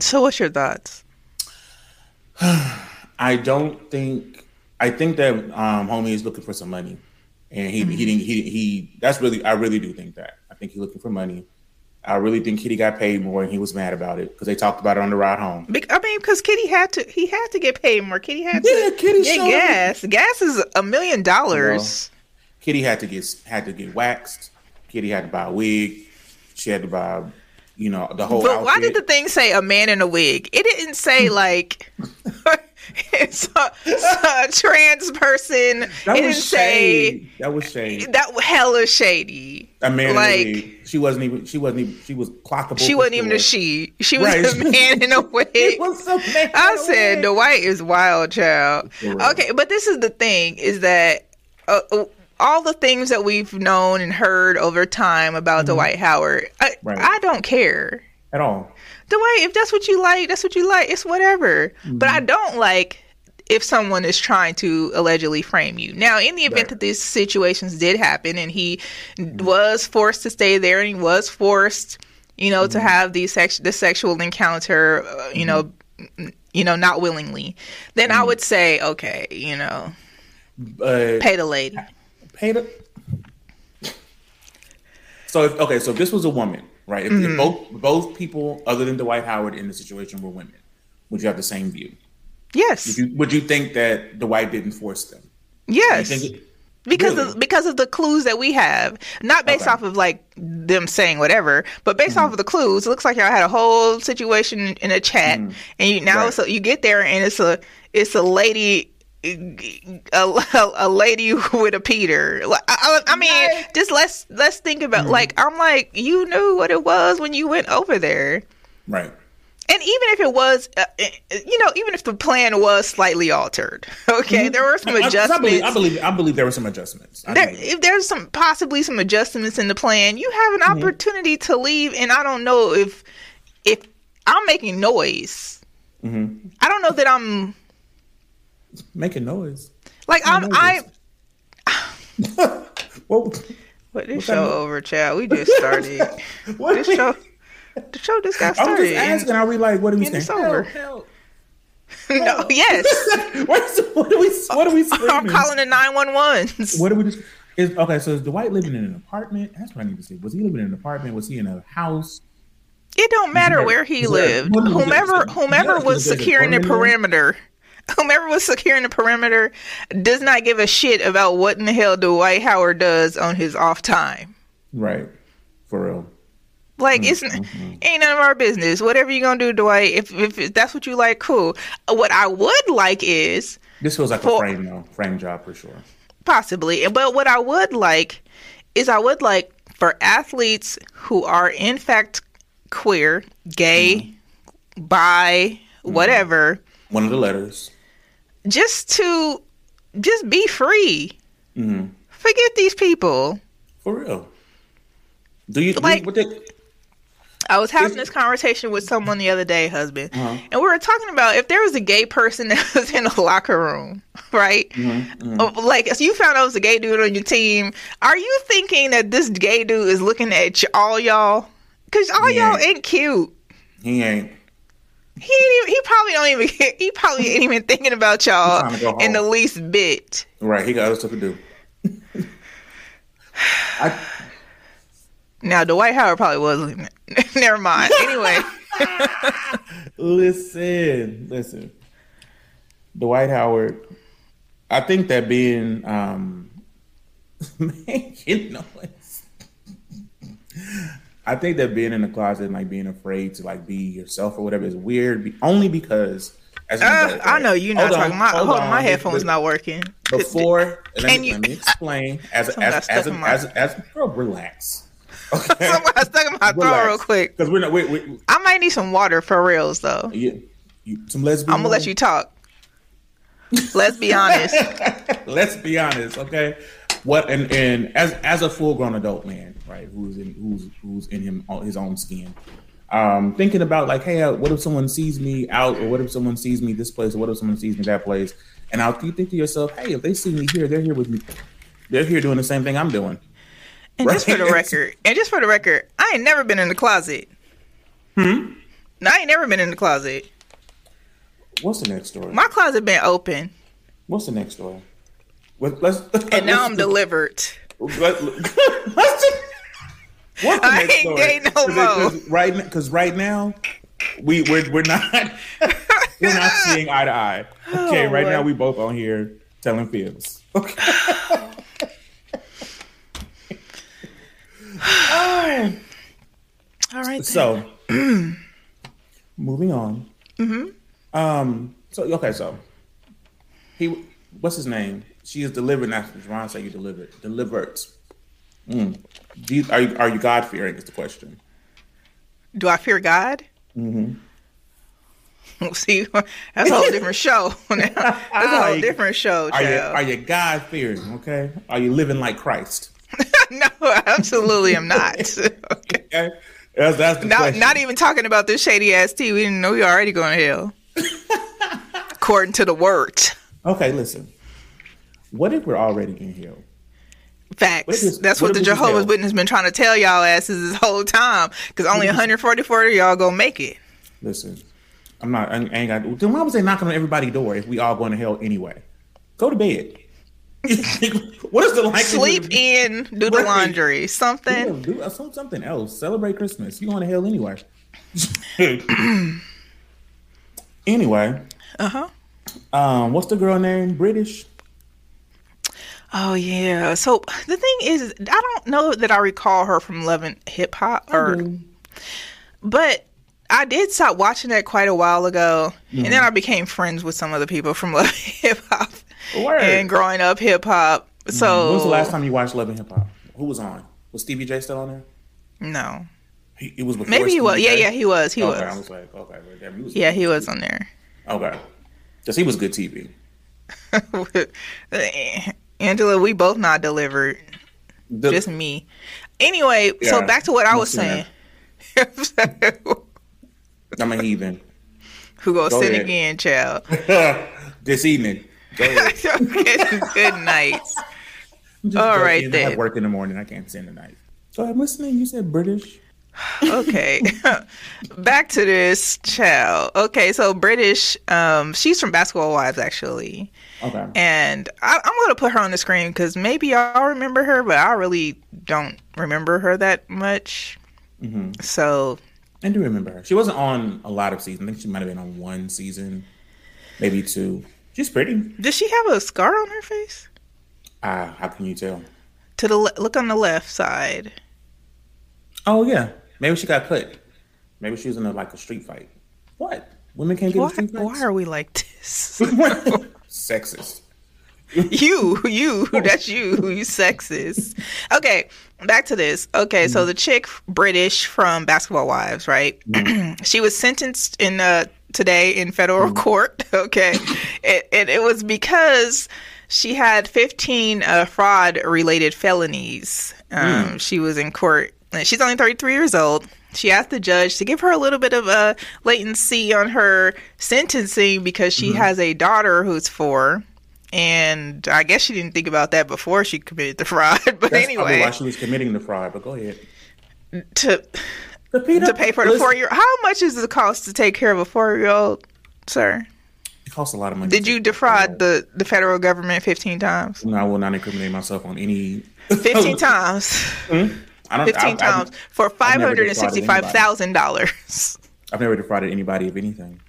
B: So, what's your thoughts?
C: I don't think. I think that um, homie is looking for some money, and
B: Mm-hmm.
C: he he didn't he he. That's really I really do think that. I think he's looking for money. I really think Kitty got paid more, and he was mad about it because they talked about it on the ride home.
B: Bec- I mean, because Kitty had to, he had to get paid more. Kitty had
C: Yeah,
B: to
C: Kitty
B: get
C: showed him-
B: gas. Gas is a million dollars.
C: Kitty had to get had to get waxed. Kitty had to buy a wig. She had to buy, you know, the whole.
B: But why
C: outfit.
B: did the thing say a man in a wig? It didn't say like it's a, it's a trans person.
C: that
B: it didn't
C: was
B: say
C: shade. That was shade.
B: that was hella shady.
C: A man,
B: like-
C: like she wasn't even. She wasn't even. She was clockable.
B: She
C: for
B: wasn't even a
C: sure.
B: she. She was
C: Right.
B: a man in a
C: It
B: wig.
C: was a man
B: I
C: in a
B: said
C: wig.
B: the white is wild, child.
C: For real.
B: Okay, but this is the thing: is that uh, uh, all the things that we've known and heard over time about Dwight Howard, I,
C: Mm-hmm. Right.
B: I don't care.
C: at all.
B: Dwight, if that's what you like, that's what you like. It's whatever. But
C: Mm-hmm.
B: I don't like if someone is trying to allegedly frame you. Now, in the event
C: Right. Mm-hmm.
B: that these situations did happen and he was forced to stay there and he was forced, you know,
C: Mm-hmm.
B: to have the sex the sexual encounter, uh, you know,
C: Mm-hmm.
B: n- you know, not willingly, then I would say, okay, you know,
C: But
B: pay the lady.
C: paid a So if okay, so if this was a woman, right? If,
B: Mm-hmm.
C: if both both people other than Dwight Howard in the situation were women, would you have the same view?
B: Yes,
C: Would you, would you think that Dwight didn't force them? You
B: yes.
C: think it-
B: because
C: Really?
B: of, because of the clues that we have, not based
C: Okay. Mm-hmm.
B: off of like them saying whatever, but based off of the clues, it looks like y'all had a whole situation in a chat, and you now
C: Mm-hmm. Right.
B: so you get there and it's a it's a lady. A, a lady with a Peter. Like, I, I I mean, just let's let's think about
C: Mm-hmm.
B: like I'm like you knew what it was when you went over there.
C: right.
B: And even if it was, uh, uh, you know, even if the plan was slightly altered, okay, there were some
C: Mm-hmm. I- I- 'cause I,
B: adjustments
C: believe, I believe I believe there were some adjustments. I
B: there,
C: do.
B: if there's some possibly some adjustments in the plan, you have an opportunity to leave, and I don't know if if I'm making noise.
C: Mm-hmm.
B: I don't know that I'm
C: Making noise.
B: like I'm I.
C: Well,
B: What this
C: that
B: show
C: mean?
B: over, child? We just started.
C: what
B: this
C: we-
B: show, the show just got
C: I'm
B: started.
C: just asking. Are we like? What are we
B: And
C: saying?
B: it's over. no, yes,
C: What is- what are we? What are we?
B: I'm
C: screaming?
B: calling the nine one ones.
C: What do we just? Is okay. So is Dwight living in an apartment? That's what I need to see. Was he living in an apartment? Was he in a house?
B: It don't matter
C: there-
B: where he
C: is there-
B: lived.
C: what is there-
B: Whomever
C: is there-
B: whomever
C: is
B: was
C: there a
B: securing the
C: perimeter?
B: perimeter, whomever was securing the perimeter, does not give a shit about what in the hell Dwight Howard does on his off time.
C: Right. For real.
B: Like it's n ain't none of our business. Whatever you gonna do, Dwight. If if that's what you like, cool. What I would like is
C: This feels like
B: For-
C: a frame though, frame job for sure.
B: possibly. But what I would like is I would like for athletes who are in fact queer, gay, bi, whatever.
C: One of the letters.
B: just to just be free. Forget these people.
C: Mm-hmm. For real. Do you
B: Like-
C: like what they, mm-hmm,
B: I was having
C: If-
B: this conversation with someone the other day, husband,
C: Uh-huh.
B: and we were talking about if there was a gay person that was in a locker room, right?
C: mm-hmm. Mm.
B: Oh, Like, if you found out it was a gay dude on your team, are you thinking that this gay dude is looking at y- all y'all? Because all
C: Yeah.
B: y'all ain't cute.
C: he ain't
B: He ain't even, he probably don't even he probably ain't even thinking about
C: He trying to go
B: y'all in
C: home.
B: the least bit.
C: right, he got other stuff to do. I,
B: Now Dwight Howard probably was looking at- Never mind. Anyway,
C: listen, listen. Dwight Howard, I think that being um making noise. I think that being in the closet and like being afraid to like be yourself or whatever is weird be- only because as an
B: uh,
C: adult,
B: I
C: right?
B: know you're not
C: Hold on,
B: talking. My hold
C: hold
B: on, my
C: on.
B: headphones
C: Be-
B: not working.
C: before let
B: Can
C: me,
B: you-
C: let me explain as a,
B: Something
C: as
B: got
C: as
B: stuck in
C: a,
B: my-
C: as, a, as a girl relax okay
B: Someone stuck in my throat real quick.
C: because we're not we, we,
B: I might need some water for reals though.
C: you, you, some lesbian
B: I'm gonna let you talk. Let's be honest.
C: Let's be honest, okay? What and and as as a full grown adult man, right? Who's in who's who's in him his own skin. Um, thinking about like, hey, uh, what if someone sees me out, or what if someone sees me this place, or what if someone sees me that place? And I'll you think to yourself, hey, if they see me here, they're here with me. They're here doing the same thing I'm doing.
B: And just for the record, and just for the record, I ain't never been in the closet.
C: Hmm?
B: No, I ain't never been in the closet.
C: What's the next story?
B: My closet been open,
C: What's the next story? Let, let's,
B: and now I'm
C: let's-
B: delivered.
C: Let, let's just, what's the
B: I
C: next
B: ain't
C: story?
B: gay no
C: 'Cause it- 'cause
B: more.
C: Right, because right now, we we're, we're not we're not seeing eye to eye. Okay,
B: Oh,
C: right
B: Lord.
C: now we both on here telling fibs. Okay. Oh,
B: All right.
C: so, moving on. Mm-hmm. Um. So okay. So he, what's his name? She is delivered. Not Ron said you delivered. Delivered. Mm. Do you, are you are you God fearing? Is the question.
B: Do I fear God? Mm-hmm. See, that's a whole different show. that's a whole
C: Like,
B: different show.
C: Are you
B: child.
C: are you God fearing? Okay. Are you living like Christ?
B: no, absolutely, I'm not. okay.
C: Okay. That's that's the
B: Not,
C: question.
B: not even talking about this shady ass tea. We didn't know you're already going to hell, according to the word.
C: okay. Listen. What if we're already in hell? What
B: Facts.
C: is-
B: That's
C: what
B: what the
C: is this
B: Jehovah's
C: hell?
B: Witness been trying to tell y'all asses this whole time. Because only 144 of y'all gonna make it.
C: Listen, I'm not. I ain't I ain't got. Then why was they knocking on everybody's door if we all going to hell anyway? Go to bed. what is the likelihood?
B: Sleep in, do the
C: Right.
B: laundry,
C: Yeah,
B: something.
C: do some- something else. Celebrate Christmas. You going to hell anyway? anyway,
B: Uh huh.
C: um, what's the girl name? British.
B: Oh yeah. So the thing is, I don't know that I recall her from loving hip hop or, but I did stop watching that quite a while ago, and
C: Mm.
B: then I became friends with some other people from loving hip hop
C: Word. Mm.
B: and growing up hip hop. So
C: When was the last time you watched Love and Hip Hop? Who was on? Was Stevie J still on there?
B: No,
C: He, it was before.
B: maybe he
C: Stevie
B: was. Yeah,
C: J?
B: yeah, he was. He
C: okay, I
B: was.
C: was like, okay, well, damn, he was.
B: Yeah, he was on there.
C: Okay, because he was good TV.
B: Angela, we both not delivered.
C: The-
B: Just me. Anyway, so
C: Yeah,
B: back to what I
C: me
B: was
C: too,
B: saying.
C: man. I'm a heathen.
B: Who gonna
C: Go
B: sin
C: ahead.
B: again, child?
C: this evening. Go ahead.
B: Okay, Good night.
C: I'm just
B: All
C: joking.
B: right,
C: I
B: then.
C: have work in the morning. I can't sing tonight. So I'm listening. You said British.
B: Okay, back to this child. Okay, so British. Um, she's from Basketball Wives, actually,
C: Okay.
B: and I, I'm gonna put her on the screen because maybe y'all remember her, but I really don't remember her that much. So
C: Mm-hmm. I do remember her. She wasn't on a lot of seasons. I think she might have been on one season, maybe two. She's pretty.
B: Does she have a scar on her face?
C: Ah, how can you tell?
B: To the le- look on the left side.
C: Oh yeah, maybe she got cut. Maybe she was in a, like a street fight. What? Women can't get
B: Why,
C: in street
B: why
C: fights.
B: are we like this?
C: Sexist.
B: you, you, that's you, you sexist. Okay, back to this. Okay, so the chick British from Basketball Wives, right? she was sentenced in uh today in federal court. Okay, it, it it was because she had 15 uh, fraud related felonies. Um, She was in court. and She's only 33 years old. She asked the judge to give her a little bit of a latency on her sentencing because she has a daughter who's four. And I guess she didn't think about that before she committed the fraud. But
C: That's probably why
B: anyway,
C: she was committing the fraud. But go ahead.
B: to
C: The Peter,
B: to pay for the four year. How much is the cost to take care of a four year old, sir?
C: It costs a lot of money.
B: Did you defraud the, the federal government 15 times?
C: No, I will not incriminate myself on any.
B: 15 times.
C: Oh. I don't.
B: 15
C: I- I-
B: times for
C: never defrauded
B: $565,000.
C: I've never defrauded anybody of anything.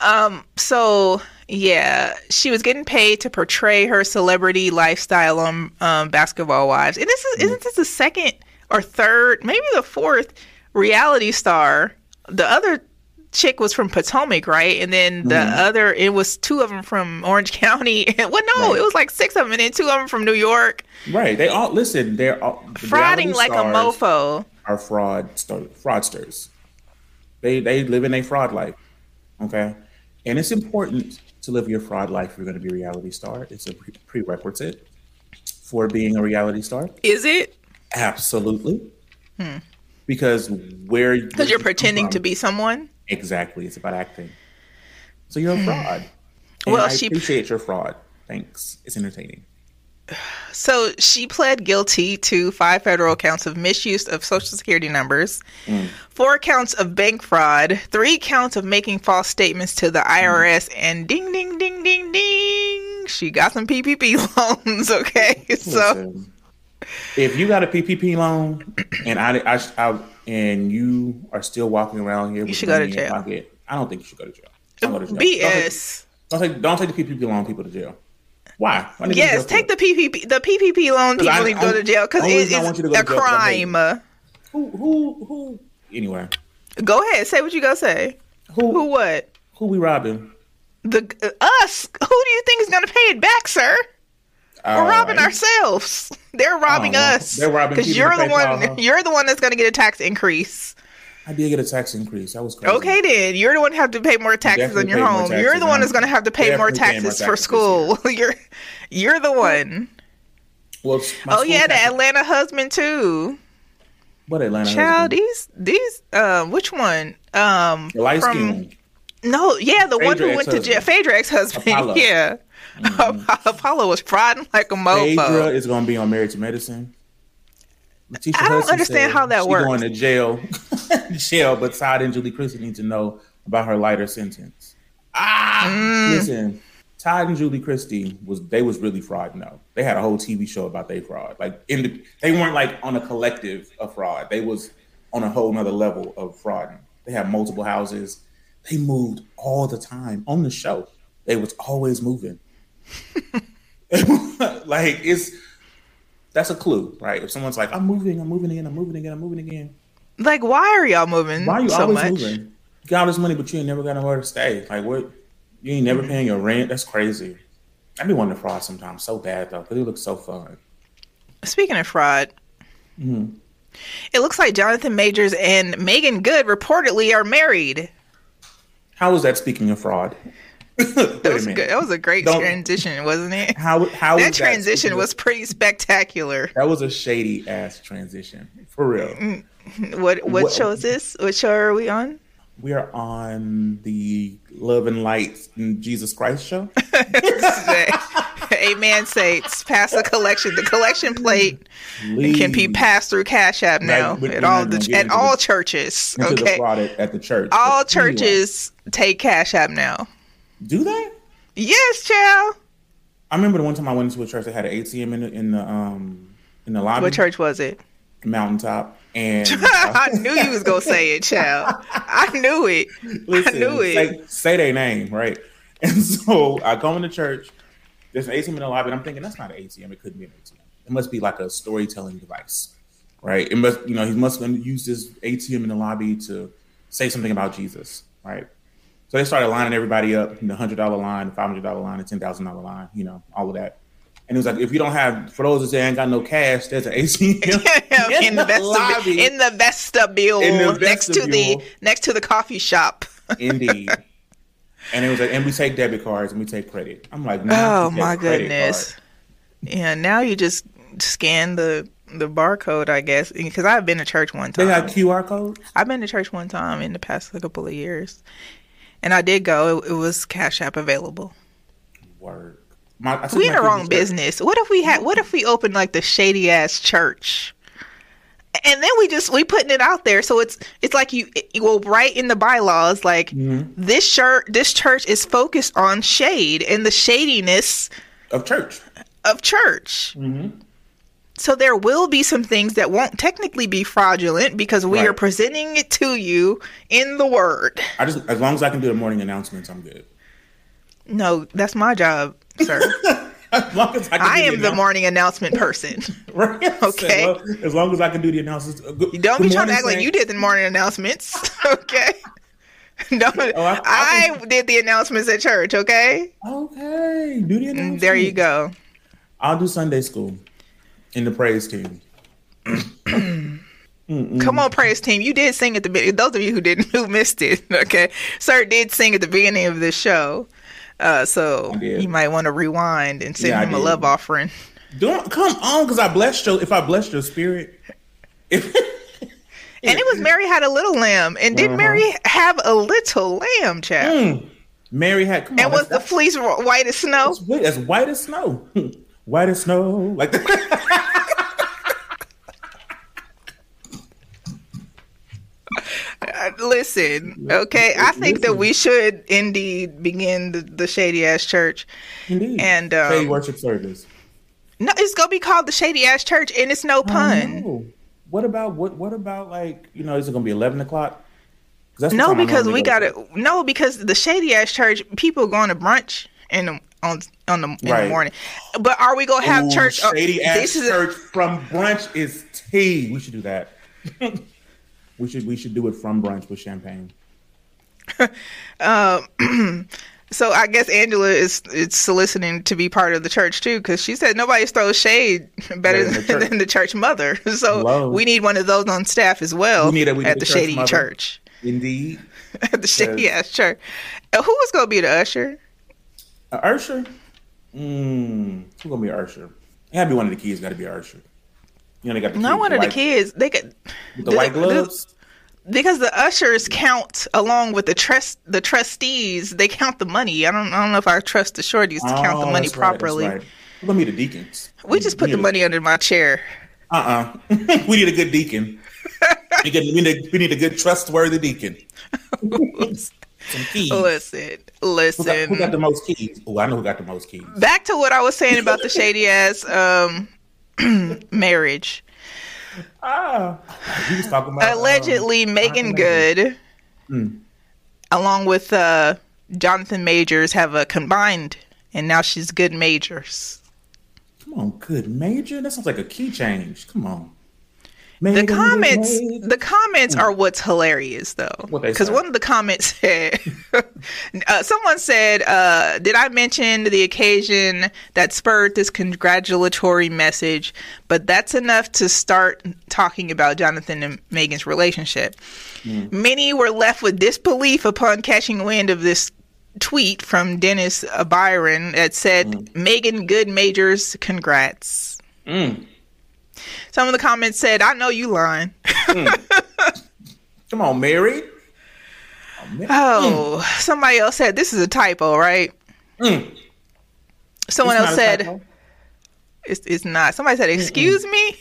B: Um, So yeah, she was getting paid to portray her celebrity lifestyle on um, Basketball Wives, and this is isn't this the second or third, maybe the fourth reality star? The other chick was from Potomac, right? And then the
C: Mm-hmm.
B: other it was two of them from Orange County. well, no,
C: Right.
B: it was like six of them, and then two of them from New York,
C: Right. They all listen. They're all the
B: frauding
C: reality
B: like a
C: stars
B: mofo.
C: Are fraud star, fraudsters. They they live in a fraud life. Okay. And it's important to live your fraud life if you're going to be a reality star. It's a pre- prerequisite for being a reality star.
B: Is it?
C: Absolutely. Because where
B: Because Hmm. you're pretending to be someone.
C: exactly, it's about acting. So you're a fraud. And
B: Hmm. Well,
C: I
B: she-
C: appreciate your fraud. Thanks. It's entertaining.
B: So she pled guilty to five federal counts of misuse of social security numbers,
C: Mm.
B: four counts of bank fraud, three counts of making false statements to the
C: Mm.
B: IRS, and ding, ding, ding, ding, ding. She got some PPP loans, okay? So,
C: Listen, if you got a PPP loan and I, I, I and you are still walking around here, with
B: should go to
C: money in your
B: jail.
C: Pocket, I don't think you should go to jail. Don't go to jail.
B: BS.
C: Don't take, don't take, don't take the PPP loan people to jail. Why? Why they go to jail
B: Yes,
C: for
B: take
C: it?
B: the PPP. The PPP loan people
C: I-
B: need to go
C: I-
B: to jail because
C: only
B: it
C: reason I want
B: is
C: you to go
B: a
C: to jail 'cause I hate you.
B: crime. Uh,
C: who who who. Anyway,
B: Go ahead, say what you gonna say.
C: who
B: Who
C: who,
B: what?
C: we robbing?
B: The uh, us? Who do you think is gonna pay it back, sir?
C: Uh,
B: We're robbing ourselves. They're robbing
C: Oh, well,
B: us.
C: they're robbing people to
B: you're the
C: pay for our
B: one.
C: house.
B: You're the one that's going to get a tax increase.
C: I did get a tax increase. That was crazy.
B: Okay, then you're the one who have to pay more taxes on
C: Mm-hmm. Definitely
B: your
C: paid more
B: home. You're
C: taxes,
B: the one
C: huh?
B: that's going to have to pay more
C: Definitely paying more
B: taxes for
C: taxes
B: school. you're you're the one.
C: Well, my
B: oh
C: school
B: yeah, the
C: tax-
B: Atlanta husband too.
C: What Atlanta?
B: Child,
C: husband?
B: these these um, which one? Um,
C: The light
B: from-
C: skin.
B: No, yeah, the one who
C: Phaedra
B: went to jail.
C: ex-husband.
B: Phaedra ex-husband.
C: Apollo. Mm-hmm.
B: Yeah, Apollo was frauding like a mofo.
C: Phaedra is going to be on Married to Medicine. Letitia
B: I don't
C: Hudson
B: understand
C: said
B: how that
C: she
B: works.
C: Going to jail, jail. But Todd and Julie Christie need to know about her lighter sentence. Ah,
B: Mm.
C: listen, Todd and Julie Christie was they was really fraud. No, they had a whole TV show about they fraud. Like in the, they weren't like on a collective of fraud. They was on a whole nother level of fraud. They had multiple houses. They moved all the time on the show. They was always moving. like it's that's a clue, right? If someone's like, "I'm moving, I'm moving again, I'm moving again, I'm moving again,"
B: Like, why are y'all moving
C: why are you
B: Mm-hmm. so
C: always
B: much?
C: moving? You got all this money, but you ain't never got nowhere to stay. Like, what? You ain't never paying your rent? That's crazy. I be wanting to fraud sometimes so bad though, because it looks so fun.
B: Speaking of fraud,
C: Hmm.
B: it looks like Jonathan Majors and Megan Good reportedly are married.
C: How is that speaking of fraud? Wait a
B: That was good. That was a great
C: Don't-
B: transition, wasn't it?
C: How how
B: That
C: is
B: transition
C: speaking
B: was
C: of,
B: pretty spectacular.
C: that was a shady ass transition for
B: Mm.
C: real.
B: What what
C: What-
B: show is this? What show are we on?
C: We are on the Love and Light Jesus Christ show.
B: Amen. Saints, pass the collection. The collection plate can be
C: Please.
B: passed through Cash App now
C: we're
B: at
C: not
B: all
C: gonna
B: the
C: get
B: at
C: into
B: all
C: the-
B: churches.
C: into the
B: Okay,
C: fraud at, at the church.
B: all
C: But anyway,
B: churches take Cash App now.
C: do that.
B: Yes, child.
C: I remember the one time I went into a church that had an ATM in the in the um in the lobby,
B: What church was it?
C: mountaintop, and
B: I knew you was gonna say it, child. I knew it.
C: listen,
B: I knew it.
C: Say, say their name, right? And so I go into church. There's an ATM in the lobby, and I'm thinking that's not an ATM. It couldn't be an ATM. It must be like a storytelling device, right? It must, you know, he must gonna use this ATM in the lobby to say something about Jesus, right? So they started lining everybody up, you know, hundred dollar line, five hundred dollar line, ten thousand dollar line, you know, all of that. And it was like, if you don't have, for those that say ain't got no cash, there's an ATM
B: in, the vestibule, in the vestibule,
C: In the
B: next to the
C: vestibule.
B: next to the coffee shop.
C: Indeed. and it was like, and we take debit cards and we take credit. I'm like, no,
B: Oh
C: you take
B: my
C: credit
B: goodness!
C: card.
B: Yeah, now you just scan the the barcode, I guess, because I've been to church one
C: They
B: time.
C: got QR codes.
B: I've been to church one time in the past couple of years, and I did go. It, it was Cash App available.
C: Work. My, I took
B: We
C: my
B: in the
C: kid to
B: wrong
C: church.
B: business. What if we had? What if we opened like the shady ass church? And then we just we putting it out there, so it's it's like you it- well right in the bylaws like
C: Mm-hmm.
B: this shirt this church is focused on shade and the shadiness
C: of church.
B: of church.
C: Mm-hmm.
B: So there will be some things that won't technically be fraudulent because we
C: Right.
B: are presenting it to you in the word.
C: I just as long as I can do the morning announcements, I'm good.
B: No, that's my job, sir.
C: As long as I, can
B: I
C: do
B: am the
C: announce-
B: morning announcement person.
C: Right?
B: Okay.
C: Well, as long as I can do the announcements. uh, Don't
B: Don't be trying to act like you did the morning announcements, okay? No,
C: Oh, I-
B: I, did the announcements at church, okay?
C: Okay, do the announcements.
B: Mm, There you go.
C: I'll do Sunday school in the praise team.
B: Come
C: Mm.
B: on, praise team. You did sing at the beginning. Those of you who didn't, who missed it, okay? Sir did sing at the beginning of this show. Uh, so
C: I did.
B: you might want to rewind and send
C: Yeah, I
B: him a
C: did.
B: love offering.
C: Don't come on, because I blessed your. If I blessed your spirit, if
B: And it was Mary had a little lamb. And did
C: Uh-huh.
B: Mary have a little lamb, child?
C: Mm. Mary had, come on,
B: And was the
C: that's-
B: fleece wh- white as snow?
C: that's wait, that's white as snow, white as snow, like that.
B: Uh, Listen, okay, I think that we should indeed begin the, the shady ass church.
C: Indeed,
B: And, um,
C: Shady worship service.
B: No, it's gonna be called the shady ass church, and it's no pun.
C: Oh, what about what? What about like you know? Is it gonna be eleven o'clock? 'Cause that's the
B: No,
C: time I
B: because
C: normally
B: we
C: go to
B: got to no because the shady ass church people going to brunch in the on on the, in the
C: Right.
B: morning. But are we gonna have
C: Ooh,
B: church? oh,
C: Shady ass
B: this is a-
C: church from brunch is tea. We should do that. we should we should do it from brunch with champagne.
B: so I guess Angela is is soliciting to be part of the church too because she said nobody throws shade better
C: Better than the
B: than,
C: church.
B: than the church mother. So
C: Hello.
B: we need one of those on staff as well
C: We need a- we need
B: at
C: a
B: the
C: church
B: shady
C: mother.
B: church.
C: Indeed,
B: At the shady ass church. Uh, Who was gonna be the usher?
C: uh, Ursher. Mm, who's gonna be Ursher? It had to be one of the kids. Got to be Ursher. You know they got the
B: Not
C: kid,
B: one of the
C: white-
B: kids. They could
C: with the white
B: Do- do-
C: gloves.
B: because the ushers count along with the trust the trustees they count the money i don't i don't know if i trust the shorties to count the
C: Oh,
B: money
C: that's right, that's
B: properly
C: right. We're gonna be the deacons.
B: we just put the
C: Yeah.
B: money under my chair
C: Uh uh we need a good deacon. we, need, we, need, we need a good, trustworthy deacon. Some keys.
B: listen
C: Mm. who, got, who got
B: listen
C: the most keys? Oh, I know who got the most keys.
B: back to what i was saying about the shady ass um marriage
C: Ah, he was talking about um,
B: allegedly megan
C: Megan.
B: good
C: Hmm.
B: along with uh jonathan majors have a combined and now she's good majors
C: come on, good major. That sounds like a key change. Come on.
B: The
C: Megan, good
B: comments,
C: major.
B: the comments are what's hilarious though,
C: Mm. What they
B: because
C: say.
B: one of the comments said, uh, someone said, uh, "Did I mention the occasion that spurred this congratulatory message?" But that's enough to start talking about Jonathan and Megan's relationship.
C: Mm.
B: Many were left with disbelief upon catching wind of this tweet from Dennis uh, Byron that said,
C: Mm.
B: "Megan Good Majors, congrats."
C: Mm.
B: Some of the comments said, "I know you lying."
C: Come on, Mary.
B: Oh, somebody else said this is a typo, right?
C: Mm.
B: Someone
C: It's
B: else
C: not a
B: said
C: typo.
B: it's, it's not. Somebody said, "Excuse me."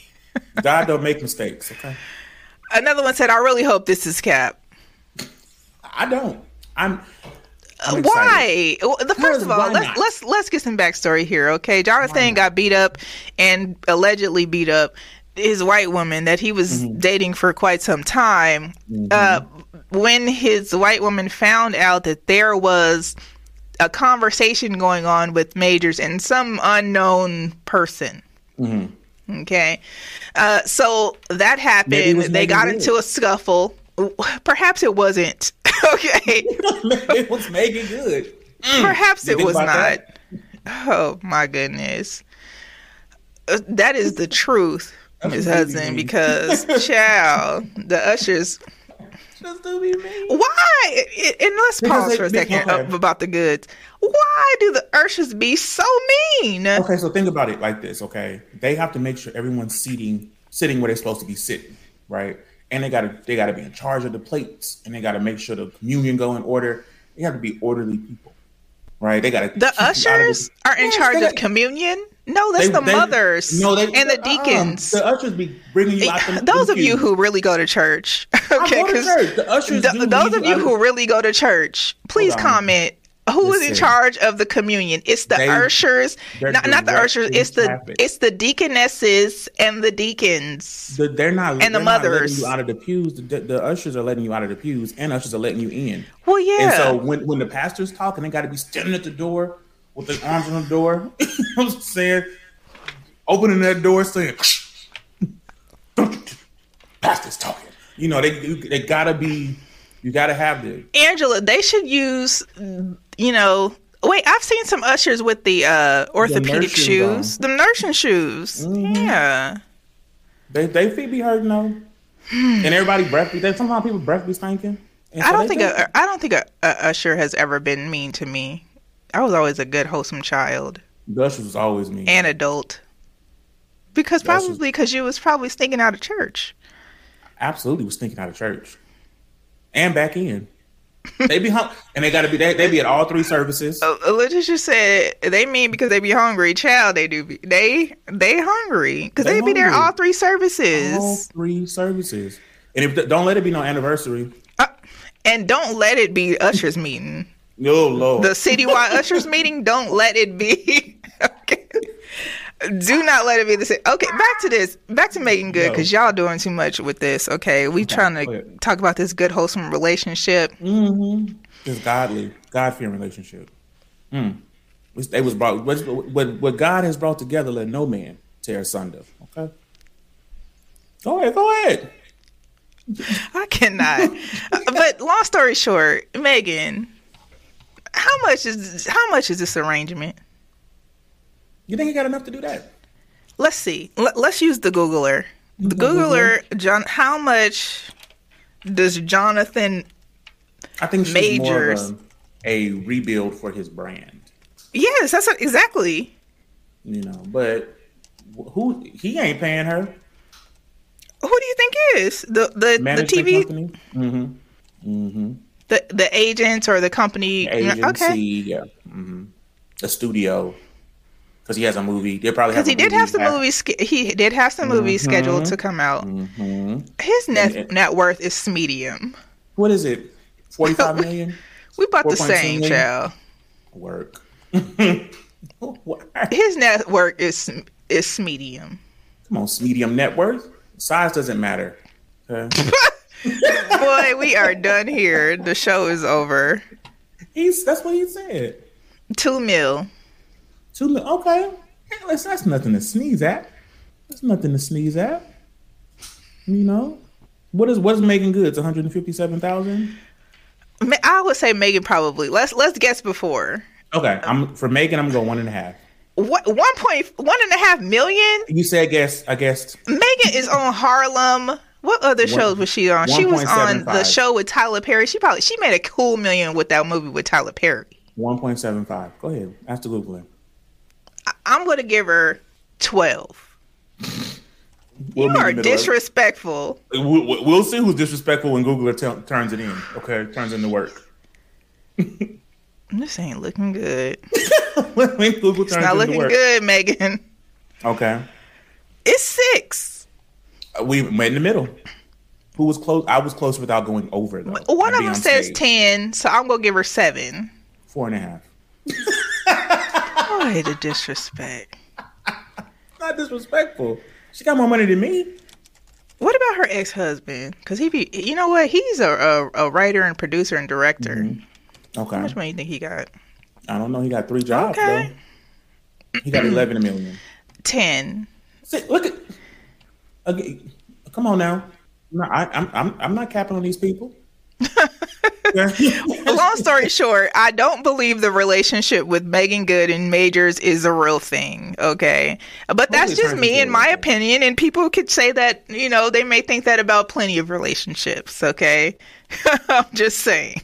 C: God don't make mistakes. Okay,
B: Another one said, "I really hope this is cap."
C: I don't. I'm. I'm excited.
B: Why? Well, The first
C: Because
B: of
C: why
B: all,
C: not?
B: let's let's let's get some backstory here, okay? Jonathan got beat up and allegedly beat up his white woman that he was
C: Mm-hmm.
B: dating for quite some time. Uh, when his white woman found out that there was a conversation going on with Majors and some unknown person. Okay. Uh, so that
C: Mm-hmm. Maybe it
B: happened.
C: was
B: They
C: Megan
B: got
C: Good.
B: into a scuffle. Perhaps it wasn't. Okay.
C: it was Megan Good.
B: Perhaps
C: Hmm. You
B: it
C: think
B: was not.
C: about that?
B: Oh my goodness. Uh, That is the truth, Miss
C: crazy,
B: Hudson,
C: man.
B: because child, the ushers
C: Just do be me.
B: why I- I- and let's
C: Because
B: pause
C: they-
B: for a
C: they-
B: second
C: okay.
B: up about the goods. Why do the ushers be so mean?
C: Okay, so think about it like this, okay? They have to make sure everyone's seating sitting where they're supposed to be sitting, right? And they gotta they gotta be in charge of the plates and they gotta make sure the communion go in order. They have to be orderly people. Right? They gotta
B: The
C: keep you out of
B: ushers are in
C: Yes,
B: charge
C: they
B: of
C: got-
B: communion? No, that's
C: they-
B: the
C: they-
B: mothers and the
C: uh-uh,
B: deacons.
C: the ushers be bringing you out. them-
B: those
C: them
B: of you
C: pews.
B: who really go to church,
C: I
B: okay,
C: go to
B: 'cause-
C: church. The ushers
B: Th-
C: do
B: those
C: lead
B: of you
C: out
B: who really go to church, please
C: on.
B: comment. Who is in
C: Listen.
B: charge of the communion? It's the
C: They-
B: ushers,
C: they're
B: not, not the
C: directing
B: ushers. It's the
C: traffic.
B: it's the deaconesses and the deacons.
C: the, they're
B: and
C: not
B: the
C: they're not letting
B: mothers.
C: you out of the pews. The, the ushers are letting you out of the pews, and ushers are letting you in.
B: Well, yeah.
C: And so when when the pastor's talking, they got to be standing at the door with their arms on the door, you know what I'm saying, opening that door, saying, "Pastor's talking." You know, they they gotta be, you gotta have the
B: Angela, they should use, you know. Wait, I've seen some ushers with the uh, orthopedic
C: nursing Mm-hmm.
B: shoes, the nursing shoes. Yeah.
C: they they feet be hurting though. and everybody breath be thinking. Sometimes people breath be stinking.
B: Hmm.
C: And
B: I
C: so
B: don't
C: they
B: think
C: think-
B: a, I don't think a, a usher has ever been mean to me. I was always a good, wholesome child
C: Gush was always mean.
B: and adult. Because
C: That's-
B: probably because you was probably stinking out of church.
C: absolutely was stinking out of church and back in. they be hung and they gotta be they, they be at all three services.
B: Uh, Letitia said they mean because they be hungry. Child, they do. Be, they they hungry because
C: They
B: they, be there
C: hungry. Oh.
B: all three services.
C: All three services. And if don't let it be no anniversary.
B: Uh, and don't let it be ushers meeting.
C: No Lord.
B: The citywide ushers meeting. Don't let it be. okay. Do not let it be the same. Okay, back to this. Back to making good
C: Yo.
B: because y'all doing too much with this. Okay, we trying to
C: go ahead.
B: talk about this good wholesome relationship.
C: Mm-hmm. This godly, God fearing relationship. Mm. Which They was brought what, what what God has brought together, let no man tear asunder. Okay. Go ahead, go ahead.
B: I cannot. Uh, but long story short, Megan, how much is how much is this arrangement?
C: You think he got enough to do that?
B: Let's see. L- let's use the Googler. The Googler, John. How much does Jonathan?
C: I think she's more
B: Majors.
C: of a, a rebuild for his brand.
B: Yes, that's what, exactly.
C: you know. But who he ain't paying her?
B: Who do you think is the the, the
C: Management
B: TV
C: company, mm-hmm. Mm-hmm.
B: the the agent or the company?
C: agency,
B: Okay,
C: yeah, mm-hmm. the studio, because he has a movie. They probably
B: because
C: have
B: he
C: a
B: did
C: movie
B: have some
C: after-
B: movies. sch- He did have some movies scheduled to come out.
C: Mhm.
B: His net
C: Mm-hmm. And-
B: net worth is medium.
C: What is it? Forty-five million
B: We bought the
C: 4.2
B: same,
C: million?
B: child.
C: work. Oh,
B: His net worth is is medium.
C: Come on, medium net worth. Size doesn't matter. Okay.
B: Boy, we are done here. The show is over.
C: He's that's what he said.
B: Two mil.
C: Two mil. Okay, Hell, that's, that's nothing to sneeze at. That's nothing to sneeze at. You know, what is what's making goods? One hundred and fifty-seven thousand.
B: Ma- I would say Megan probably. Let's let's guess before.
C: Okay, I'm for Megan. I'm going one and a half.
B: What one point one and a half million?
C: You said guess. I guessed.
B: Megan is on Harlem. What other shows was she on? She was on the
C: 1.75.
B: show with Tyler Perry. She probably she made a cool million with that movie with Tyler Perry.
C: One point seven five. Go ahead. Ask the Googling.
B: I'm gonna give her twelve.
C: We'll
B: You
C: meet in
B: are
C: the middle.
B: disrespectful.
C: We'll, we'll- we'll see who's disrespectful when Googler t- turns it in. Okay, turns in the work.
B: This ain't looking good.
C: when Google turns
B: It's not
C: in the
B: looking
C: work.
B: good, Megan.
C: Okay,
B: It's six.
C: Uh, we met in the middle. Who was close? I was close without going over though.
B: One
C: I'd
B: of
C: be
B: them
C: on
B: says
C: stage.
B: ten, so I'm gonna give her seven.
C: Four and a half.
B: Boy, the disrespect.
C: Not disrespectful. She got more money than me.
B: What about her ex husband? Because he be, you know what? He's a, a, a writer and producer and director. How
C: Okay.
B: much money you think he got?
C: I don't know. He got three jobs
B: Okay.
C: though. He got eleven million.
B: Ten.
C: See, look at. Okay, come on now. No, I, I'm I'm I'm not capping on these people.
B: Long story short, I don't believe the relationship with Megan Good and Majors is a real thing. Okay, but that's
C: Totally
B: just
C: turned
B: me
C: into
B: and
C: a
B: my
C: real thing.
B: opinion, and people could say that you know they may think that about plenty of relationships. Okay, I'm just saying.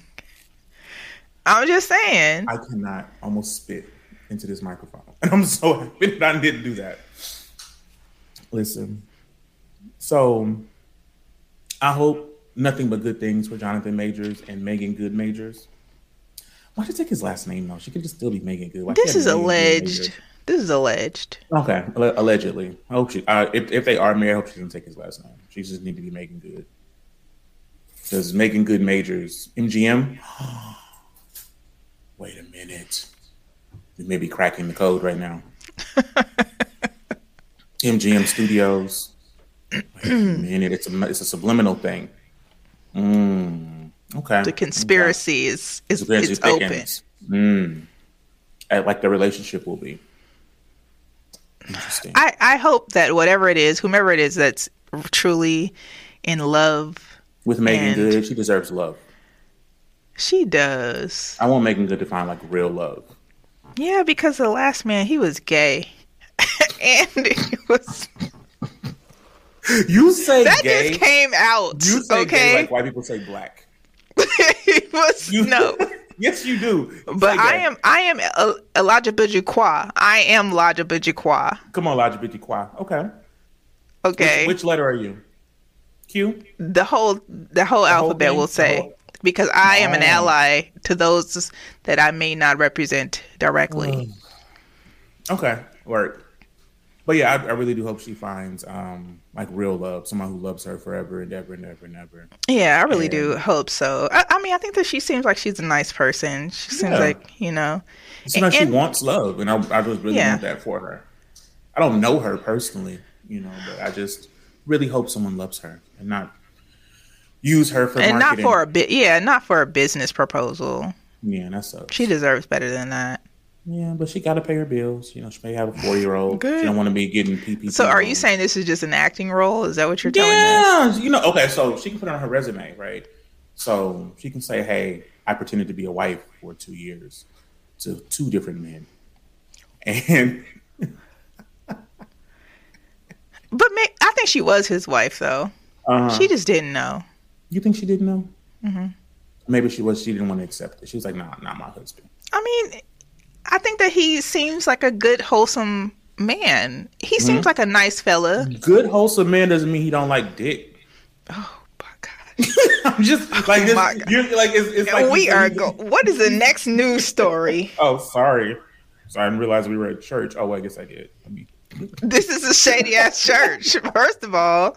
B: I'm just saying.
C: I cannot almost spit into this microphone, and I'm so happy that I didn't do that. Listen, so I hope nothing but good things for Jonathan Majors and Megan Good Majors. Why did you take his last name though? She could just still be Megan Good. Why
B: This
C: can't
B: is
C: Megan Good
B: alleged.
C: Majors?
B: This is alleged.
C: Okay, alle- allegedly. I hope she. Uh, if if they are married, I hope she doesn't take his last name. She just need to be Megan Good. Because Megan Good majors MGM. Wait a minute. We may be cracking the code right now. MGM Studios. Wait a minute. It's a it's a subliminal thing. Mm, okay.
B: The conspiracy is is
C: Conspiracy
B: it's open.
C: thickens. Mm. Uh, like the relationship will be. Interesting.
B: I I hope that whatever it is, whomever it is that's truly in love,
C: with Megan
B: And-
C: Good, she deserves love.
B: she does.
C: I want Megan Good to find like real love.
B: Yeah, because the last man he was gay, and it was
C: You say
B: That
C: gay.
B: just came out.
C: you say gay
B: okay.
C: like white people say black.
B: It was-
C: You
B: no.
C: yes, you do. You say
B: But I
C: gay.
B: am I am El- Elijah Bujikwa. I am Elijah Bujikwa.
C: Come on, Lajibiti Kwa. Okay.
B: Okay.
C: Which letter are you? Q.
B: the whole the whole alphabet
C: thing?
B: will
C: The
B: say
C: whole-
B: because I am an
C: Oh.
B: ally to those that I may not represent directly.
C: Okay. Work. But yeah, I, I really do hope she finds um like real love, someone who loves her forever and ever and ever and ever.
B: Yeah, I really
C: Yeah.
B: do hope so. I, I mean, I think that she seems like she's a nice person. She seems
C: Yeah.
B: like you know,
C: It seems like she
B: And-
C: wants love, and I, I just really
B: Yeah.
C: want that for her. I don't know her personally, you know, but I just really hope someone loves her and not use her for
B: and not
C: marketing.
B: for a bit. Yeah, not for a business proposal.
C: yeah, that sucks.
B: She deserves better than that.
C: yeah, but she got to pay her bills. You know, she may have a four year old. She
B: Good.
C: don't want to be getting PP.
B: So, are you saying this is just an acting role? Is that what you're telling us?
C: Yeah, you know, okay, so she can put it on her resume, right? So she can say, "Hey, I pretended to be a wife for two years to two different men," and
B: But may, I think she was his wife, though.
C: uh,
B: She just didn't know.
C: You think she didn't know?
B: Mm-hmm.
C: Maybe she was. She didn't want to accept it. She was like, "Nah, not my husband."
B: I mean, I think that he seems like a good, wholesome man. He seems
C: Mm-hmm.
B: like a nice fella.
C: Good wholesome man doesn't mean he don't like dick.
B: Oh my god! Oh
C: I'm just like this.
B: my God.
C: You're like it's, it's like
B: we
C: you-
B: are go- What is the next news story?
C: Oh, sorry. So I didn't realize we were at church. Oh, well, I guess I did. I mean,
B: this is a shady ass church. First of all,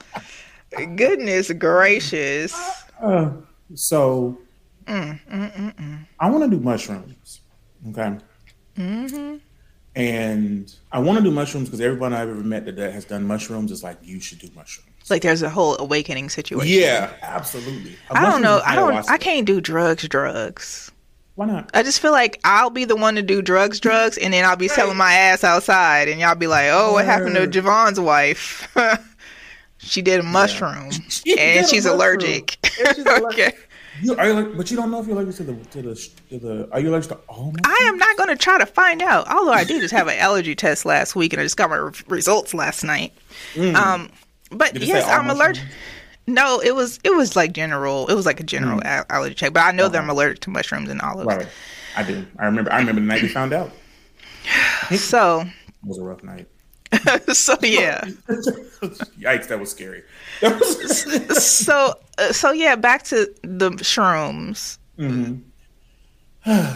B: goodness gracious.
C: uh, so
B: Mm,
C: I want to do mushrooms. Okay.
B: Mm-hmm.
C: And I want to do mushrooms because everyone I've ever met that that has done mushrooms is like, you should do mushrooms.
B: It's like there's a whole awakening situation.
C: Yeah, absolutely. A
B: I don't
C: mushroom
B: know.
C: is
B: I don't. I
C: ayahuasca.
B: can't do drugs. Drugs.
C: Why not?
B: I just feel like I'll be the one to do drugs. Drugs, and then I'll be selling my ass outside, and y'all be like, "Oh, what happened to
C: Word.
B: Javon's wife? she did a mushroom,
C: She did
B: and
C: a
B: she's
C: mushroom.
B: allergic."
C: And she's allergic.
B: okay.
C: You are you like, but you don't know if you're allergic to the to the to the. Are you allergic to all? mushrooms?
B: I am not going to try to find out. Although I did just have an allergy test last week, and I just got my re- results last night. Um, but
C: Mm. Did it say
B: yes,
C: all
B: I'm allergic. No, it was it was like general. It was like a general
C: Mm.
B: al- allergy check. But I know that
C: Uh-huh.
B: I'm allergic to mushrooms and olives.
C: Right, I do. I remember. I remember the night we found out. It
B: So,
C: was a rough night.
B: so yeah.
C: Yikes, that was scary. That was.
B: so uh, so yeah back to the shrooms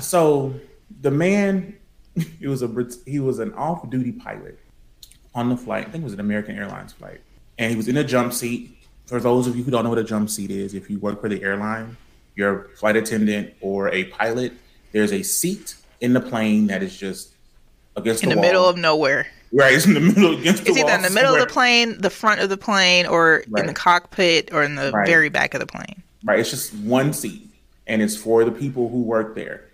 C: So the man, he was a Brit- he was an off-duty pilot on the flight. I think it was an American Airlines flight, and he was in a jump seat. For those of you who don't know what a jump seat is, if you work for the airline, you're a flight attendant or a pilot. There's a seat in the plane that is just against
B: in the,
C: the wall.
B: middle of nowhere
C: right. It's in the middle against the
B: it's either
C: wall
B: in the middle of the
C: somewhere.
B: plane the front of the plane or in the
C: Right.
B: cockpit or in the
C: Right.
B: very back of the plane
C: Right. It's just one seat, and it's for the people who work there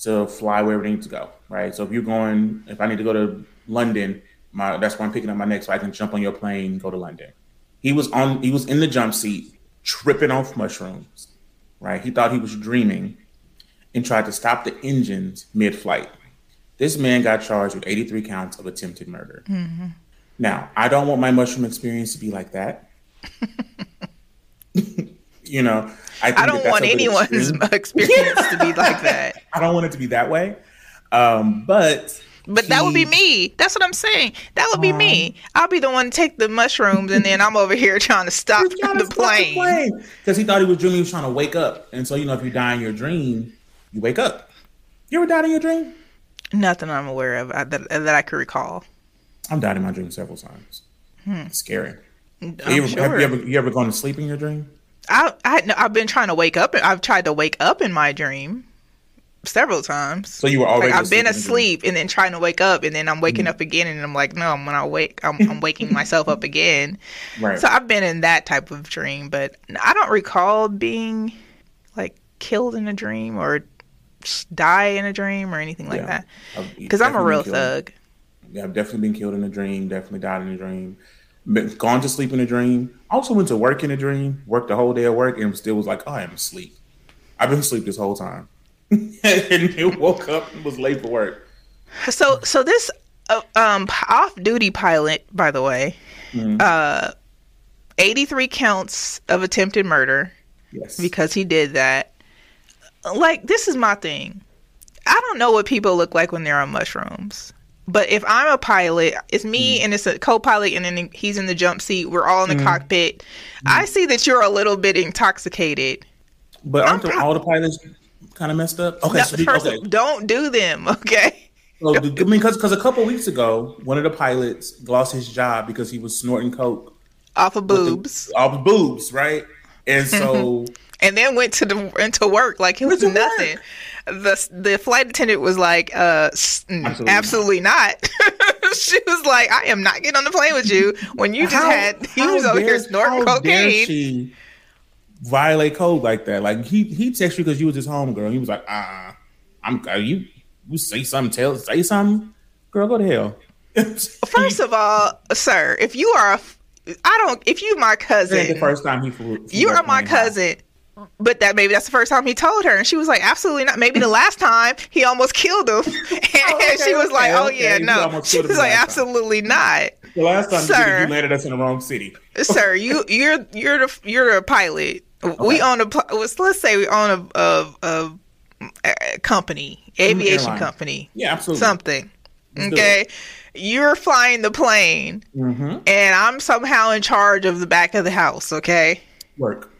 C: to fly wherever they need to go. Right. So if you're going, if I need to go to London, my that's where I'm picking up my next. So I can jump on your plane, and go to London. He was on. He was in the jump seat, tripping off mushrooms. Right. He thought he was dreaming, and tried to stop the engines mid-flight. This man got charged with 83 counts of attempted murder.
B: Mm-hmm.
C: Now, I don't want my mushroom experience to be like that. you know, I, think
B: i don't
C: that that's
B: want
C: a good
B: anyone's
C: experience.
B: experience to be like that
C: I don't want it to be that way. Um, but
B: but that would be
C: he-
B: me that's what i'm saying that would be me i'll be the one to take the mushrooms and then i'm over here trying to stop the plane
C: because he thought he was dreaming. He was trying to wake up, and so you know, if you die in your dream, you wake up. You ever died in your dream?
B: nothing i'm aware of uh, that, that i could recall
C: I've died in my dream several times. It's scary.
B: Hmm. I'm
C: you ever,
B: sure.
C: Have you ever you ever gone to sleep in your dream?
B: I, I no, I've been trying to wake up. I've tried to wake up in my dream several times.
C: So you were already
B: like I've been
C: asleep in the dream.
B: asleep and then trying to wake up, and then I'm
C: Mm-hmm.
B: waking up again, and I'm like, no, I'm gonna wake. I'm, I'm waking myself up again.
C: Right.
B: So I've been in that type of dream, but I don't recall being like killed in a dream or s- die in a dream or anything like
C: Yeah.
B: that.
C: I've
B: Because I'm a
C: definitely
B: real
C: been killed.
B: thug.
C: Yeah, I've definitely been killed in a dream. Definitely died in a dream. Been, gone to sleep in a dream. Also went to work in a dream. Worked the whole day at work and still was like, oh, I am asleep. I've been asleep this whole time. and then woke up and was late for work.
B: So so
C: Mm-hmm.
B: this uh, um off duty pilot, by the way, uh, 83 counts of attempted murder
C: Yes.
B: because he did that. Like, this is my thing. I don't know what people look like when they're on mushrooms. But if I'm a pilot, it's me and it's a co-pilot, and then he's in the jump seat. We're all in the cockpit. I see that you're a little bit intoxicated.
C: but aren't the, all the pilots kind of messed up? Okay.
B: No,
C: so do-
B: first,
C: okay.
B: don't do them, okay?
C: So, do- I mean, because a couple weeks ago, one of the pilots lost his job because he was snorting coke
B: Off of boobs,
C: off the boobs, right? And so
B: and then went to the into work like it was
C: Went to
B: nothing. The the flight attendant was like, uh, s- mm,
C: Absolutely
B: absolutely, not. she was like, I am not getting on the plane with you when you just had you was over here
C: dare-
B: snorting
C: how dare
B: cocaine.
C: she violate code like that. Like he he texted you because you was his homegirl. He was like, uh, I'm uh, you. You say something, tell say something, girl, go to hell.
B: First of all, sir, if you are, a f- I don't. If you my
C: This ain't
B: cousin,
C: the first time he flew.
B: you are my cousin. But that maybe that's the first time he told her, and she was like, "Absolutely not." Maybe the last time he almost killed him, and she was
C: Oh, okay,
B: like, "Oh
C: okay.
B: yeah,
C: You
B: no."
C: almost
B: She
C: killed him
B: was
C: the
B: like,
C: last time.
B: "Absolutely not,
C: The last time you, did it,
B: Sir.
C: you landed us in the wrong city.
B: sir. You you're you're the you're the pilot. We own a pl- let's let's say we own a a, a, a company, aviation
C: airline.
B: company,
C: Yeah, absolutely.
B: something.
C: Let's do
B: okay, you're flying the plane,
C: Mhm.
B: and I'm somehow in charge of the back of the house. Okay."
C: Work.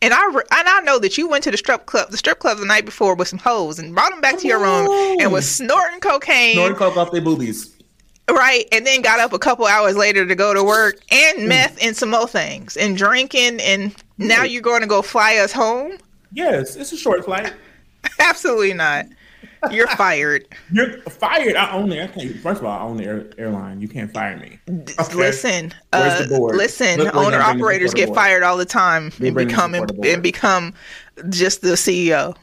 B: And I re- and I know that you went to the strip club, the strip club the night before with some hoes, and brought them back to your room and was snorting cocaine,
C: Snorting coke off their boobies.
B: right? And then got up a couple hours later to go to work
C: Mm.
B: and meth and some more things and drinking, and now you're going to go fly us home?
C: Yes, it's a short flight.
B: Absolutely not. You're fired.
C: You're fired. I own the airplane. First of all, I own the air, airline. You can't fire me. Okay.
B: Listen,
C: Where's
B: uh,
C: the board?
B: listen.
C: Look, we're
B: Owner
C: gonna bring this
B: operators
C: before
B: get
C: the board.
B: fired all the time and
C: bring this
B: become
C: before the
B: and,
C: board.
B: and become just the E CEO.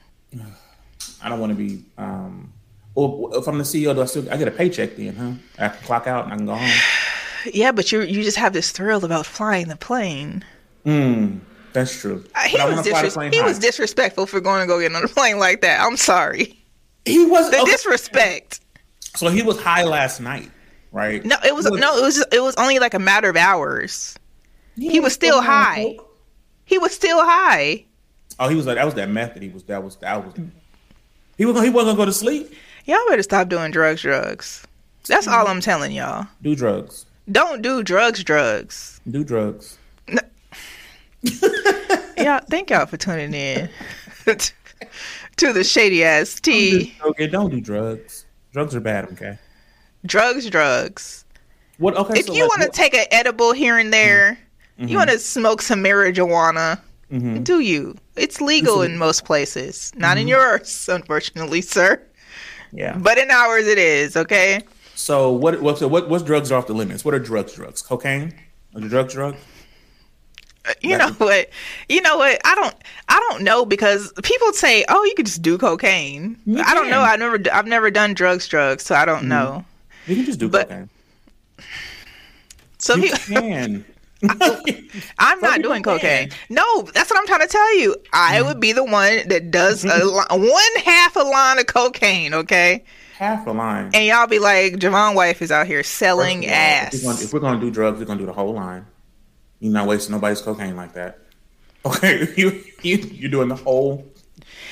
C: I don't want to be. Um, well, if I'm the CEO, do I still? I get a paycheck then, huh? I can clock out and I can go home.
B: Yeah, but you you just have this thrill about flying the plane.
C: Hmm, That's true.
B: Uh, he
C: I
B: was,
C: wanna fly the
B: disres-
C: plane
B: he
C: high.
B: was disrespectful for going to go get on a plane like that. I'm sorry.
C: He was.
B: The
C: okay,
B: disrespect.
C: so he was high last night, right?
B: No, it was
C: Look,
B: no, it was it was only like a matter of hours. He was still high. He was still high.
C: Oh, he was like that was that meth that he was that was that was. He was he wasn't gonna go to sleep.
B: Y'all better stop doing drugs, drugs. That's all I'm telling y'all.
C: Do drugs.
B: Don't do drugs, drugs.
C: Do drugs.
B: Y'all, thank y'all for tuning in to the shady ass
C: Do-
B: tea.
C: Okay, don't do drugs. Drugs are bad. Okay.
B: Drugs, drugs.
C: What? Okay.
B: if you want to take an edible here and there, you want to smoke some marijuana, do you? It's legal in most places, not in yours, unfortunately, sir.
C: yeah.
B: But in ours, it is okay.
C: So what? What? So what? What's drugs are off the limits? What are drugs? Drugs? Cocaine? Are the drugs? Drugs?
B: Uh, You
C: That's-
B: know what? You know what? I don't. I don't know because people say, "Oh, you could just do cocaine."
C: You
B: I don't know.
C: can. Mm-hmm.
B: I never. d- I've never done drugs, drugs, so I don't know.
C: You can just do
B: But-
C: cocaine.
B: So
C: You
B: he,
C: can.
B: I'm not
C: people
B: doing
C: can. Mm-hmm.
B: cocaine. No, that's what I'm trying to tell you. I would be the one that does a li- one half a line of cocaine, okay?
C: Half a line.
B: And y'all be like, Javon wife is out here
C: First
B: selling
C: of all,
B: ass.
C: If we're, gonna, if we're gonna do drugs, we're gonna do the whole line. You're not wasting nobody's cocaine like that. Okay, you you you're doing the whole.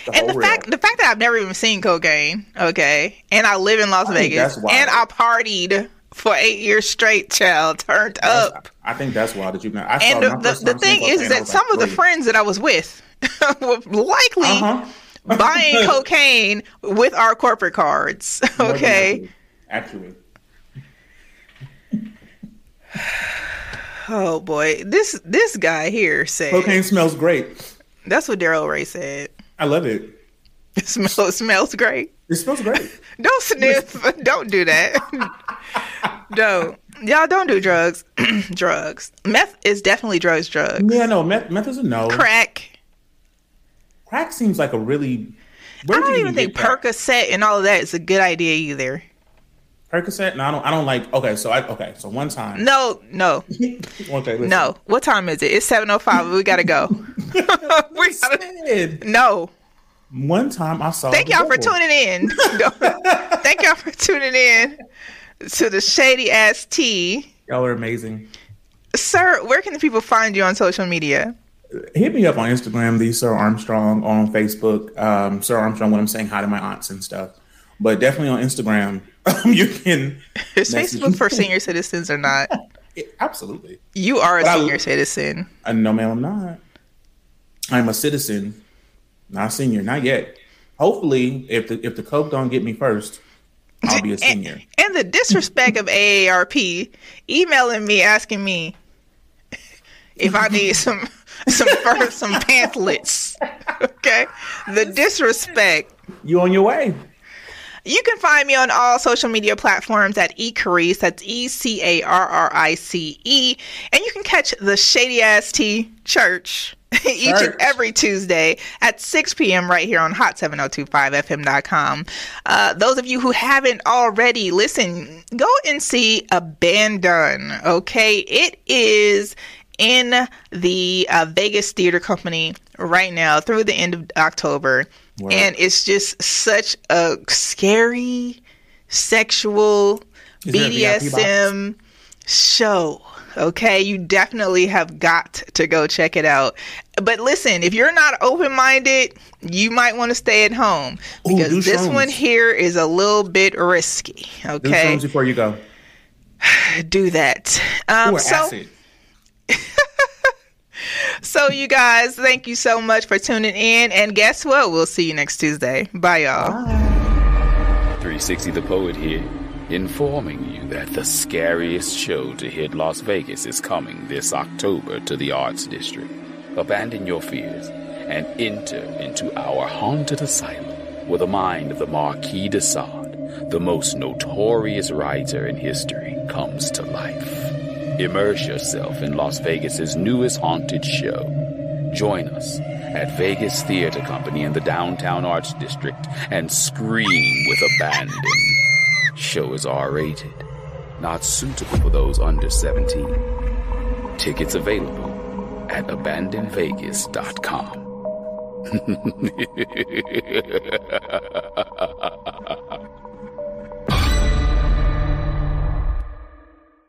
C: The
B: and the
C: whole
B: fact the fact that I've never even seen cocaine, okay, and I live in Las
C: I think
B: Vegas,
C: that's wild.
B: and I partied for eight years straight, child, turned
C: reel.
B: up.
C: I think that's why that you not. I saw
B: And
C: my
B: the, the,
C: first
B: the
C: time seeing
B: thing is
C: cocaine, I
B: that
C: was
B: some
C: like,
B: of the
C: "Great."
B: friends that I was with were likely
C: Uh-huh.
B: buying cocaine with our corporate cards,
C: More than
B: okay?
C: Actually, Actually.
B: Oh boy, this this guy here said
C: cocaine smells great.
B: that's what Daryl Ray said.
C: I love it.
B: It smells smells great.
C: It smells great.
B: Don't sniff. don't do that. don't y'all don't do drugs. drugs. Meth is definitely drugs. Drugs.
C: yeah, no, meth, meth is a no.
B: Crack.
C: Crack seems like a really. where
B: I
C: do
B: don't
C: you
B: even think
C: get that?
B: Percocet and all of that is a good idea either.
C: Percocet. No, I don't. I don't like. Okay, so I. Okay, so one time.
B: No, no,
C: Okay, listen.
B: no. What time is it? It's seven oh five. We gotta go. we gotta.
C: Said,
B: No.
C: One time I saw.
B: Thank
C: the
B: y'all for
C: devil.
B: tuning in. Thank y'all for tuning in to the shady ass tea.
C: Y'all are amazing.
B: Sir, where can the people find you on social media?
C: Hit me up on Instagram, the Sir Armstrong, on Facebook, um, Sir Armstrong, when I'm saying hi to my aunts and stuff. But definitely on Instagram, um, you can.
B: Is
C: message
B: Facebook
C: me.
B: for senior citizens or not?
C: It- absolutely.
B: You are a
C: But I-
B: senior citizen.
C: Uh, no, ma'am, I'm not. I'm a citizen, not a senior, not yet. Hopefully, if the if the coke don't get me first, I'll be a senior.
B: And the disrespect of AARP emailing me asking me if I need some some fur- some pamphlets. Okay? The disrespect.
C: You on your way?
B: You can find me on all social media platforms at eCarice. That's E C A R R I C E. And you can catch the Shady Ass Tea Church each and
C: Church.
B: every Tuesday at 6 p.m. right here on hot7025fm.com. Uh, those of you who haven't already, listen, go and see Abandon, okay? It is in the uh, Vegas Theater Company right now through the end of October.
C: Word.
B: And it's just such a scary, sexual,
C: Is there a VIP box?
B: BDSM show. Okay, you definitely have got to go check it out. But listen, if you're not open minded, you might want to stay at home
C: Ooh,
B: because
C: do
B: this
C: shrooms.
B: one here is a little bit risky.
C: Do
B: Okay,
C: shrooms before you go.
B: do that. Um,
C: Ooh,
B: so,
C: acid.
B: so you guys, thank you so much for tuning in. And guess what? We'll see you next Tuesday. Bye, y'all.
D: 360 the Poet here, informing you that the scariest show to hit Las Vegas is coming this October to the Arts District. Abandon your fears and enter into our haunted asylum with the mind of the Marquis de Sade, the most notorious writer in history, comes to life. Immerse yourself in Las Vegas's newest haunted show. Join us at Vegas Theater Company in the Downtown Arts District and scream with abandon. Show is R rated, not suitable for those under 17. Tickets available at abandonvegas.com.